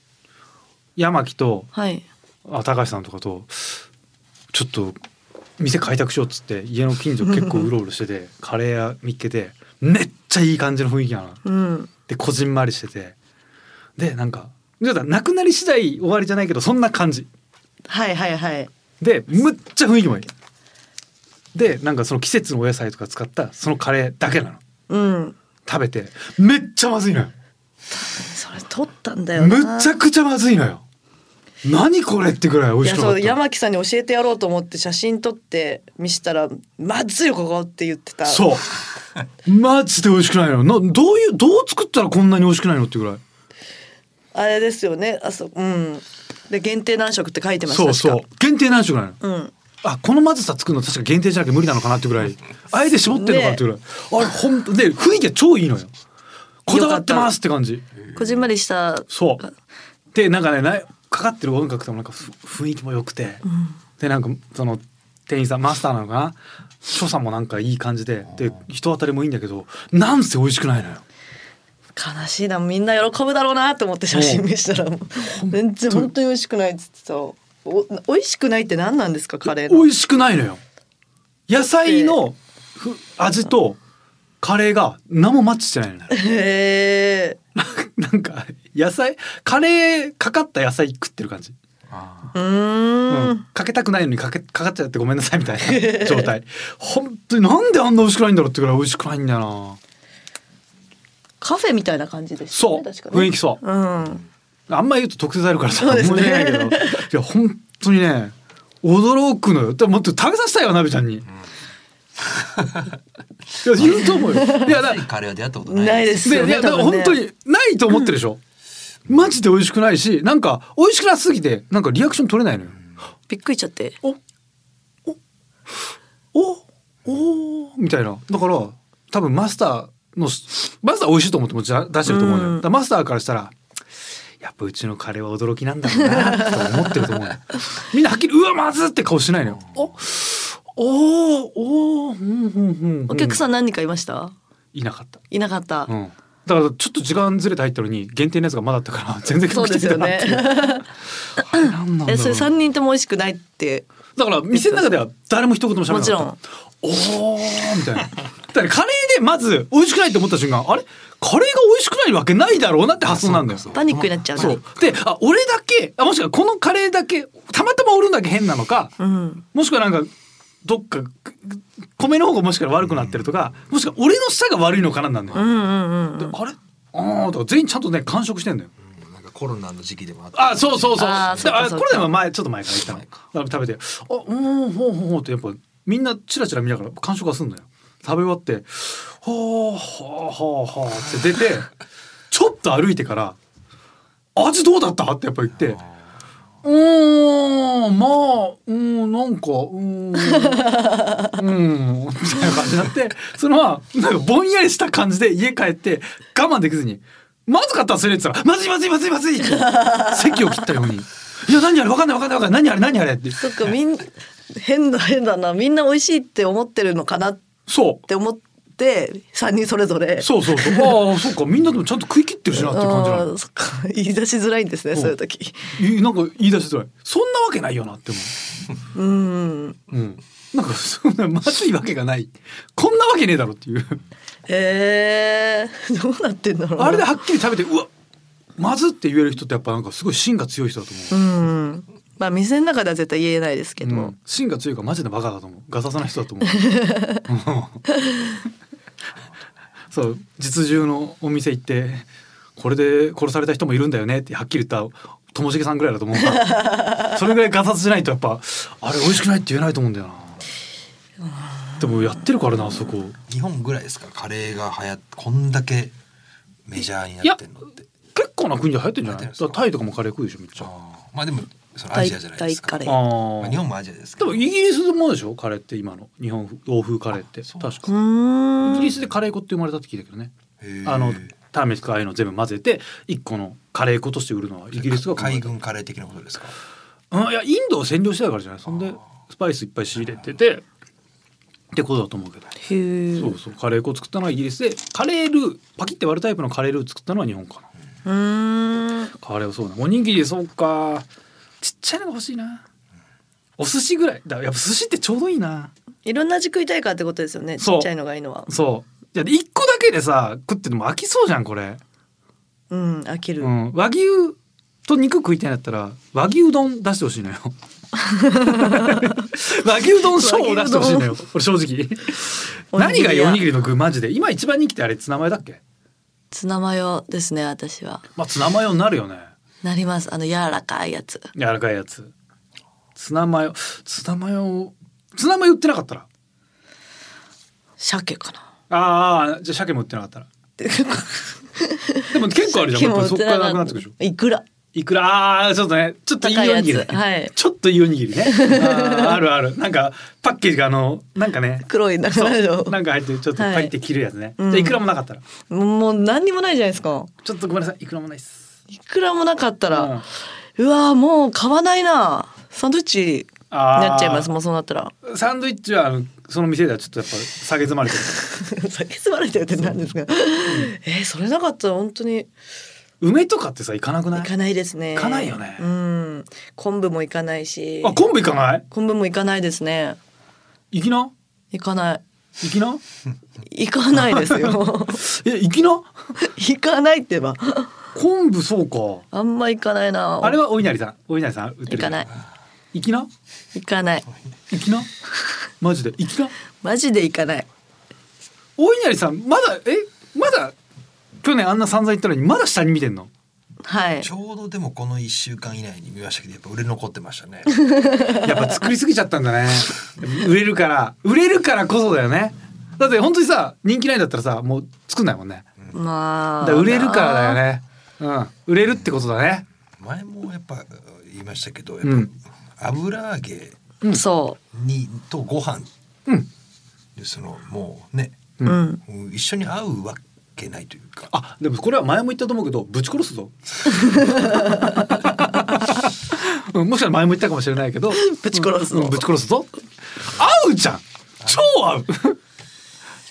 S2: ヤマキと
S3: はい
S2: あ高橋さんとかとちょっと店開拓しようっつって家の近所結構うろうろして てカレー屋見っけてめっちゃいい感じの雰囲気なの。
S3: うん
S2: でこじんまりしててでなんかちょっとなくなり次第終わりじゃないけどそんな感じ
S3: はいはいはい
S2: でむっちゃ雰囲気もいい。でなんかその季節のお野菜とか使ったそのカレーだけなの
S3: うん
S2: 食べてめっちゃまずいのよ
S3: それ取ったんだよな
S2: むっちゃくちゃまずいのよ何これってぐらい美
S3: い
S2: 味し
S3: や
S2: くなかっ
S3: そう
S2: た
S3: 山木さんに教えてやろうと思って写真撮って見せたら「まずいよここ」って言ってた
S2: そう。マジで美味しくないの。などういうどう作ったらこんなに美味しくないのってぐらい。
S3: あれですよねあそううんで限定何食って書いてました
S2: そうそう。限定何種類ないの。
S3: うん
S2: あこのまずさ作るの確か限定じゃなきゃ無理なのかなってぐらい。あえて絞ってるのかなってぐらい。あれほんとで雰囲気が超いいのよ。こだわってますって感じ。
S3: こじんまりした
S2: そう。でなんかねなかかってる音楽ともなんかふ雰囲気も良くて、でなんかその店員さんマスターなのかな所作もなんかいい感じでで人当たりもいいんだけどなんせ美味しくないのよ。
S3: 悲しいなみんな喜ぶだろうなと思って写真見せたらもう全然本当に美味しくないっつってたお美味しくないって何なんですかカレー
S2: 美
S3: の
S2: 味しくないのよ野菜のふ味とカレーが何もマッチしてない のよ
S3: へえ
S2: なんか野菜カレーかかった野菜食ってる感じ、
S4: あ
S3: う
S2: う
S3: ーん
S2: かけたくないのにかけかかっちゃってごめんなさいみたいな状態本当になんであんな美味しくないんだろうってぐらい美味しくないんだよな
S3: カフェみたいな感じでした
S2: そう、
S3: ね確かね
S2: 雰囲気そう
S3: うん
S2: あんま言うと特設あるからさ、
S3: そうです
S2: 申
S3: ね
S2: し訳ないけど いや本当にね驚くのよだからもっと食べさせたいわ鍋ちゃ んに、いや言うと思うよいやだ
S4: いカレーは出会ったことない
S3: ないですよ
S2: でい
S3: ね
S2: やだから
S3: 多分
S2: 本当
S3: ね
S2: にないと思ってるでしょ、マジで美味しくないしなんか美味しくなすぎてなんかリアクション取れないのよ、
S3: びっくりしちゃって
S2: おおみたいなだから多分マスターのマスター美味しいと思ってもちろん出してると思うのよ、
S3: うん
S2: だからマスターからしたらやっぱうちのカレーは驚きなんだろうなと思ってると思うのよ みんなはっきり「うわまずっ!」って顔しないのよおおーおーうんうんうん、うん、
S3: お客さん何人かいました
S2: いなかった
S3: いなかった、
S2: うん、だからちょっと時間ずれて入ったのに限定のやつがまだあったから全然
S3: そう
S2: 食
S3: で
S2: って
S3: す
S2: た
S3: よ
S2: なっ
S3: ね
S2: ていう。あれ何なんだろう
S3: えそれ三人とも美味しくないって
S2: だから店の中では誰も一言も喋らなかった。
S3: もちろん
S2: おーみたいな。だからカレーでまず美味しくないと思った瞬間、あれカレーが美味しくないわけないだろうなって発想なんだよ。
S4: そう
S3: パニックになっちゃうね
S2: そうであ俺だけあもしくはこのカレーだけたまたま俺のだけ変なのか、
S3: うん
S2: もしくはなんかどっか米の方がもしかしたら悪くなってるとか、もしくは俺の舌が悪いのかなんなんだ
S3: う
S2: よ。
S3: んうんう
S2: で
S3: ん
S2: あれああとか全員ちゃんとね完食してんだよ。
S4: うんなんかコロナの時期でもあった
S2: あ、そうそうそう。
S3: あーそうか
S2: あ
S3: そう
S2: こ
S3: か
S2: れでも前ちょっと前から言ったの。
S4: 前か
S2: だから食べて、あ、うん、ほうほうほうってやっぱみんなチラチラ見ながら完食はすんのよ。食べ終わって、ほうほうほうほうって出て、ちょっと歩いてから味どうだったってやっぱ言って。うーんまあうーんなんかうーん うーんみたいな感じになってそのままなんかぼんやりした感じで家帰って我慢できずに「まずかったらそれ」って言ったら「まずいまずいまずいまずい」って席を切ったように「いや何あれわかんないわかんないわかんない何あれ何あれ」って
S3: そっかみん変だ変だなみんな美味しいって思ってるのかなっ
S2: そ
S3: て思って三人それぞれ
S2: うそうそうそうああそうかみんなでもちゃんと食い切ってるしなっていう感じな
S3: あ
S2: の
S3: ーそっか言い出しづらいんですねそういう時
S2: いなんか言い出しづらいそんなわけないよなって思う。
S3: うん
S2: うんなんかそんなまずいわけがないこんなわけねえだろっていう。
S3: えー、どうなってんだろうな
S2: あれではっきり食べてうわまずって言える人ってやっぱなんかすごい芯が強い人だと
S3: う
S2: 思う。
S3: んまあ店の中では絶対言えないですけど、
S2: うん芯が強いからマジでバカだと思う。ガサツな人だと 思う。そう実銃のお店行ってこれで殺された人もいるんだよねってはっきり言ったともしげさんぐらいだと思う から。それぐらいガサツじゃないとやっぱあれ美味しくないって言えないと思うんだよな。でもやってるからなあそこ。
S4: 日本ぐらいですかカレーが流行っこんだけメジャーになってんのって
S2: 結構な国で流行ってんじゃない？
S4: 流行
S2: だ
S4: って
S2: か
S4: る
S2: らタイとかもカレー食うでしょめっちゃ。あ
S4: あーまあでもそのアジアじゃないです
S3: 大
S4: か
S3: 大カレー
S2: あ
S4: ま
S2: ー
S4: あ、日本もアジアですけ
S2: でも
S4: ど
S2: イギリスもでしょカレーって今の日本欧風カレーって
S4: あそ
S2: 確
S4: うなんです
S2: か
S3: うん
S2: イギリスでカレー粉って生まれたって聞いたけどね
S4: へー
S2: あのターメリックああいうの全部混ぜて一個のカレー粉として売るのはイギリスが
S4: 海軍カレー的なことですか
S2: うんいやインドを占領してたからじゃないそんでスパイスいっぱい仕入れててってことだと思うけど
S3: へー
S2: そうそうカレー粉作ったのはイギリスでカレールーパキって割るタイプのカレールー作ったのは日本かな
S3: うーん
S2: カレーはそうだおにぎりそうかちっちゃいのが欲しいなお寿司ぐらいだやっぱ寿司ってちょうどいいない
S3: ろんな味食いたいからってことですよねち
S2: そう
S3: っちゃいのがいいのは
S2: そう。いや、で一個だけでさ、食ってても飽きそうじゃん、これ。
S3: うん飽きる、
S2: うん。和牛と肉食いたいんだったら、和牛丼出してほしいのよ。和牛丼賞を出してほしいのよ。俺正直。
S3: おにぎ
S2: 何
S3: りや
S2: がいいおにぎりの具、マジで。今一番人気ってあれ、ツナマヨだっけ
S3: ツナマヨですね私は
S2: まあ、ツナマヨになるよね。
S3: なりますあの柔らかいやつ
S2: 柔らかいやつ。ツナマヨ、ツナマヨ、ツナマヨ売ってなかったら。
S3: 鮭かな
S2: ああ、じゃあ鮭も売ってなかったら。でも結構あるじゃん。やっぱりそっからなくなってくるでしょ。
S3: いくら
S2: いくらあーちょっとねちょっといいおにぎり、
S3: 高いやつはい
S2: ちょっといいおにぎり ねあーあるあるなんかパッケージがあのなんか ね
S3: 黒い中身の
S2: なんか入ってるちょっと
S3: はい
S2: パリって切るやつね、
S3: うん
S2: じゃあいくらもなかったら
S3: もう何にもないじゃないですか
S2: ちょっとごめんなさいいくらもないっす
S3: いくらもなかった
S2: うん
S3: ら、うわーもう買わないなサンドイッチに
S2: あー
S3: なっちゃいますもうそうなったら
S2: サンドイッチはあのその店ではちょっとやっぱ下げ詰まれてる
S3: 酒吸われてるってなんですか、 えーそれなかったら本当に
S2: 梅とかってさ行かなくない
S3: 行かないですね
S2: 行かないよね
S3: うん昆布も行かないし
S2: あ昆布行かない
S3: 昆布も行かないですね
S2: 行きな
S3: 行かない
S2: 行きな
S3: 行かないで すよ
S2: え行きな
S3: 行かないってば
S2: 昆布そうか
S3: あんま行かないな
S2: あれはお稲荷さんお稲荷さん売って
S3: 行
S2: る
S3: かない
S2: 行きな
S3: 行かない
S2: 行きなマジで行きな
S3: マジで行かない
S2: 大稲荷さんまだえまだ去年あんな散々言ったのにまだ下に見てんの
S3: はい
S4: ちょうどでもこの1週間以内に見ましたけどやっぱ売れ残ってまし たね
S2: やっぱ作りすぎちゃったんだね売れるから売れるからこそだよねだって本当にさ人気ないんだったらさもう作んないもんねだ
S3: まあ
S2: から売れるからだよねうん売れるってことだね
S4: 前もやっぱ言いましたけどやっぱ、
S2: うん
S4: 油揚げ
S2: うん
S3: そ
S4: にとご飯
S2: うん
S4: でそのもうね
S3: う、
S2: う
S3: うんん、
S4: うん一緒に合うわけないというか
S2: あでもこれは前も言ったと思うけどぶち殺すぞ うんもしかしたら前も言ったかもしれない けど
S3: ぶち殺すぞ
S2: うんぶち殺すぞ合うじゃん超 合う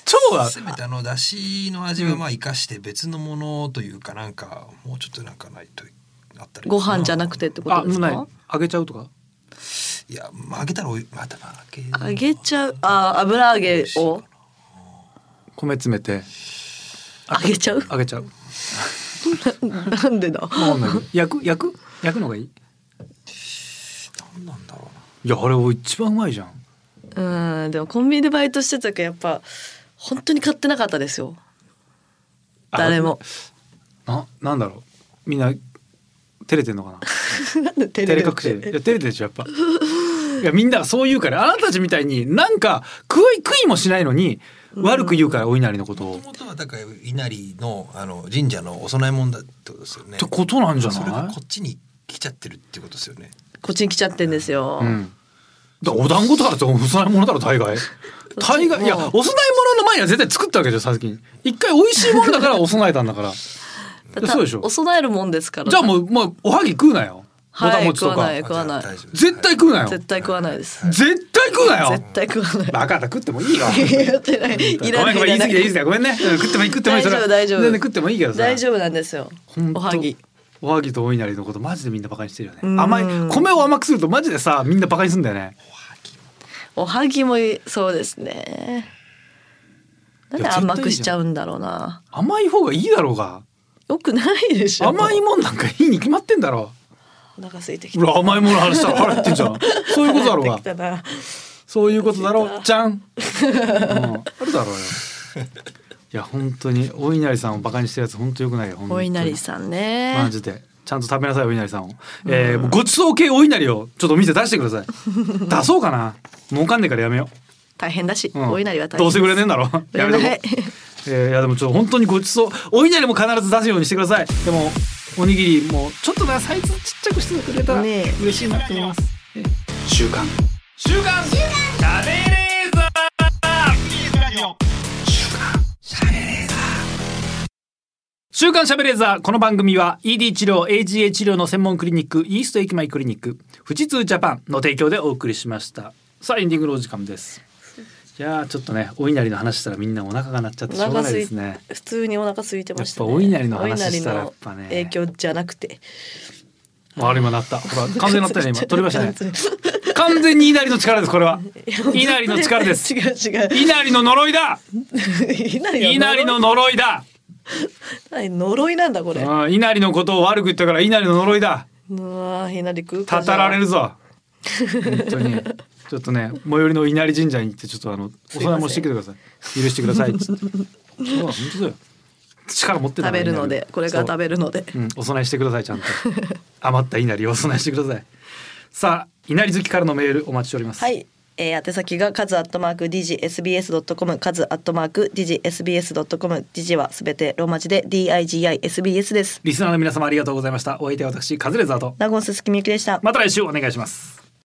S2: 超合う
S4: せめてあのだしの味はまあ生かして別のものというかなんかもうちょっとなんかないとあったり
S3: ご飯じゃなくてってこ
S2: あ、も
S3: とで
S2: う
S3: す
S2: な
S3: か
S2: い。あげちゃうとか。
S4: いやまあ揚げたらおいまたまあ揚げ
S3: 揚げちゃうあ油揚げを
S2: 米詰めて。
S3: あげちゃう
S2: あげちゃう。
S3: なんでだ
S2: わかんないけど 焼く焼く焼くのがいい。
S4: 何なんだろうない
S2: やあれ一番うまいじゃん。
S3: うんでもコンビニでバイトしてたけどやっぱ本当に買ってなかったですよ
S2: あ
S3: 誰も。
S2: ななんだろうみんな照れてんのかな。
S3: 照
S2: 照れ隠しで。いや照れてるでしょやっぱ。いやみんながそう言うからあなたたちみたいになんか食い食いもしないのに悪く言うからお稲荷のことを。
S4: もともとはだから稲荷のあの神社のお供え物だってことですよね
S2: ってことなんじゃ
S4: それが
S2: ない
S4: こ？っちに来ちゃってるってことですよね
S3: こっちに来ちゃってんですよ、
S2: うん。だからお団子とかだってお供え物だろ大 概。大概いやお供え物の前には絶対作ったわけでしょさっきに。一回美味しいものだからお供えたんだから。
S3: だから
S2: そうでしょ
S3: お供えるもんですから
S2: じゃあもうもうおはぎ食うなよ。
S3: はい
S2: ぼたもちと
S3: 食わ
S2: か
S3: ない。食わない
S4: あじゃあ大丈夫です
S2: 絶対食うなよ。
S3: 絶対食わないです、
S2: 絶対食うなよ。
S3: 絶対食わない
S2: バカだ食ってもいいよ。
S3: 言ってないい
S2: ごめ
S3: らなんい
S2: ごめん言い
S3: らな
S2: 過ぎだ言い過ぎだごめんねうん食ってもいい食ってもいいそれは
S3: 大丈夫大丈夫
S2: 全然食ってもいいけどさ
S3: 大丈夫なんですよ
S2: ほんと
S3: おはぎ
S2: おはぎとお稲荷のことマジでみんなバカにしてるよね
S3: うん
S2: 甘い米を甘くするとマジでさみんなバカにするんだよね
S3: おはぎもいそうですねなんで甘くしちゃうんだろうな
S2: 甘い方がいいだろうが
S3: よくないでしょ
S2: 甘いもんなんかいいに決まってんだろ
S3: お腹空いてき
S2: う
S3: た
S2: ら甘いもの話したら腹減ってんじゃんそういうことだろうが
S3: 腹減ってきたな
S2: そういうことだろ
S3: 出
S2: う
S3: た
S2: じゃん、うん、あるだろうよいや本当にお稲荷さんをバカにしてるやつ本当よくないよ本当に
S3: お稲荷さん
S2: マ
S3: ね
S2: ジで。ちゃんと食べなさいお稲荷さんを。えーごちそう系お稲荷をちょっとお店出してくだ さい。出そうかな。儲かんねえからやめよ
S3: 大変だし、
S2: う。うん
S3: お稲荷は大変
S2: どうせ売れねえんだろ。 やめとこ。
S3: はいう
S2: えーいやでもちょっと本当にごちそうお稲荷も必ず出すようにしてください。でもおにぎりもちょっとなサイズちっちゃくしてくれたら
S3: ねえ
S2: 嬉しいなと思います。えー
S1: 週刊
S2: 週刊
S1: 食べレーザー
S2: 週刊しゃべれーザーこの番組は ED 治療 AGA 治療の専門クリニックイースト駅前クリニック富士通ジャパンの提供でお送りしましたさあエンディングのお時間ですいやーちょっとねお稲荷の話したらみんなお腹が鳴っちゃってしょうがないですね
S3: 普通にお腹空いてました、ね、
S2: やっぱお稲荷の話したらやっぱね
S3: お稲荷の影響じゃなくて
S2: あれ今鳴った ほら完全に鳴ったね今取りましたね
S3: 完
S2: 完全に稲荷の力ですこれは
S3: 全に
S2: 稲荷の力です
S3: 違う違う
S2: 稲荷の呪いだ
S3: 稲荷
S2: 稲荷の呪いだ
S3: 呪いなんだこれ
S2: うん稲荷のことを悪く言ったから稲荷の呪いだ
S3: うわ稲荷食うか
S2: た
S3: じゃ
S2: た
S3: あ
S2: られるぞ本当にちょっとね最寄りの稲荷神社に行ってちょっとあのお
S3: いません
S2: 供えもしてきてください許してくださいっつってそう本当だよ力持ってんだから
S3: 食べるのでこれから食べるので
S2: そううん、お供えしてくださいちゃんと余った稲荷をお供えしてくださいさあ稲荷好きからのメールお待ちしております、
S3: はい。えー、宛先がカズアットマーク digsbs.com カズアットマーク digsbs.com ディジはすべてローマ字で digisbs です。
S2: リスナーの皆様ありがとうございましたお相手は私カズレーザーと
S3: ナゴンススキミユキでした。
S2: また来週お願いします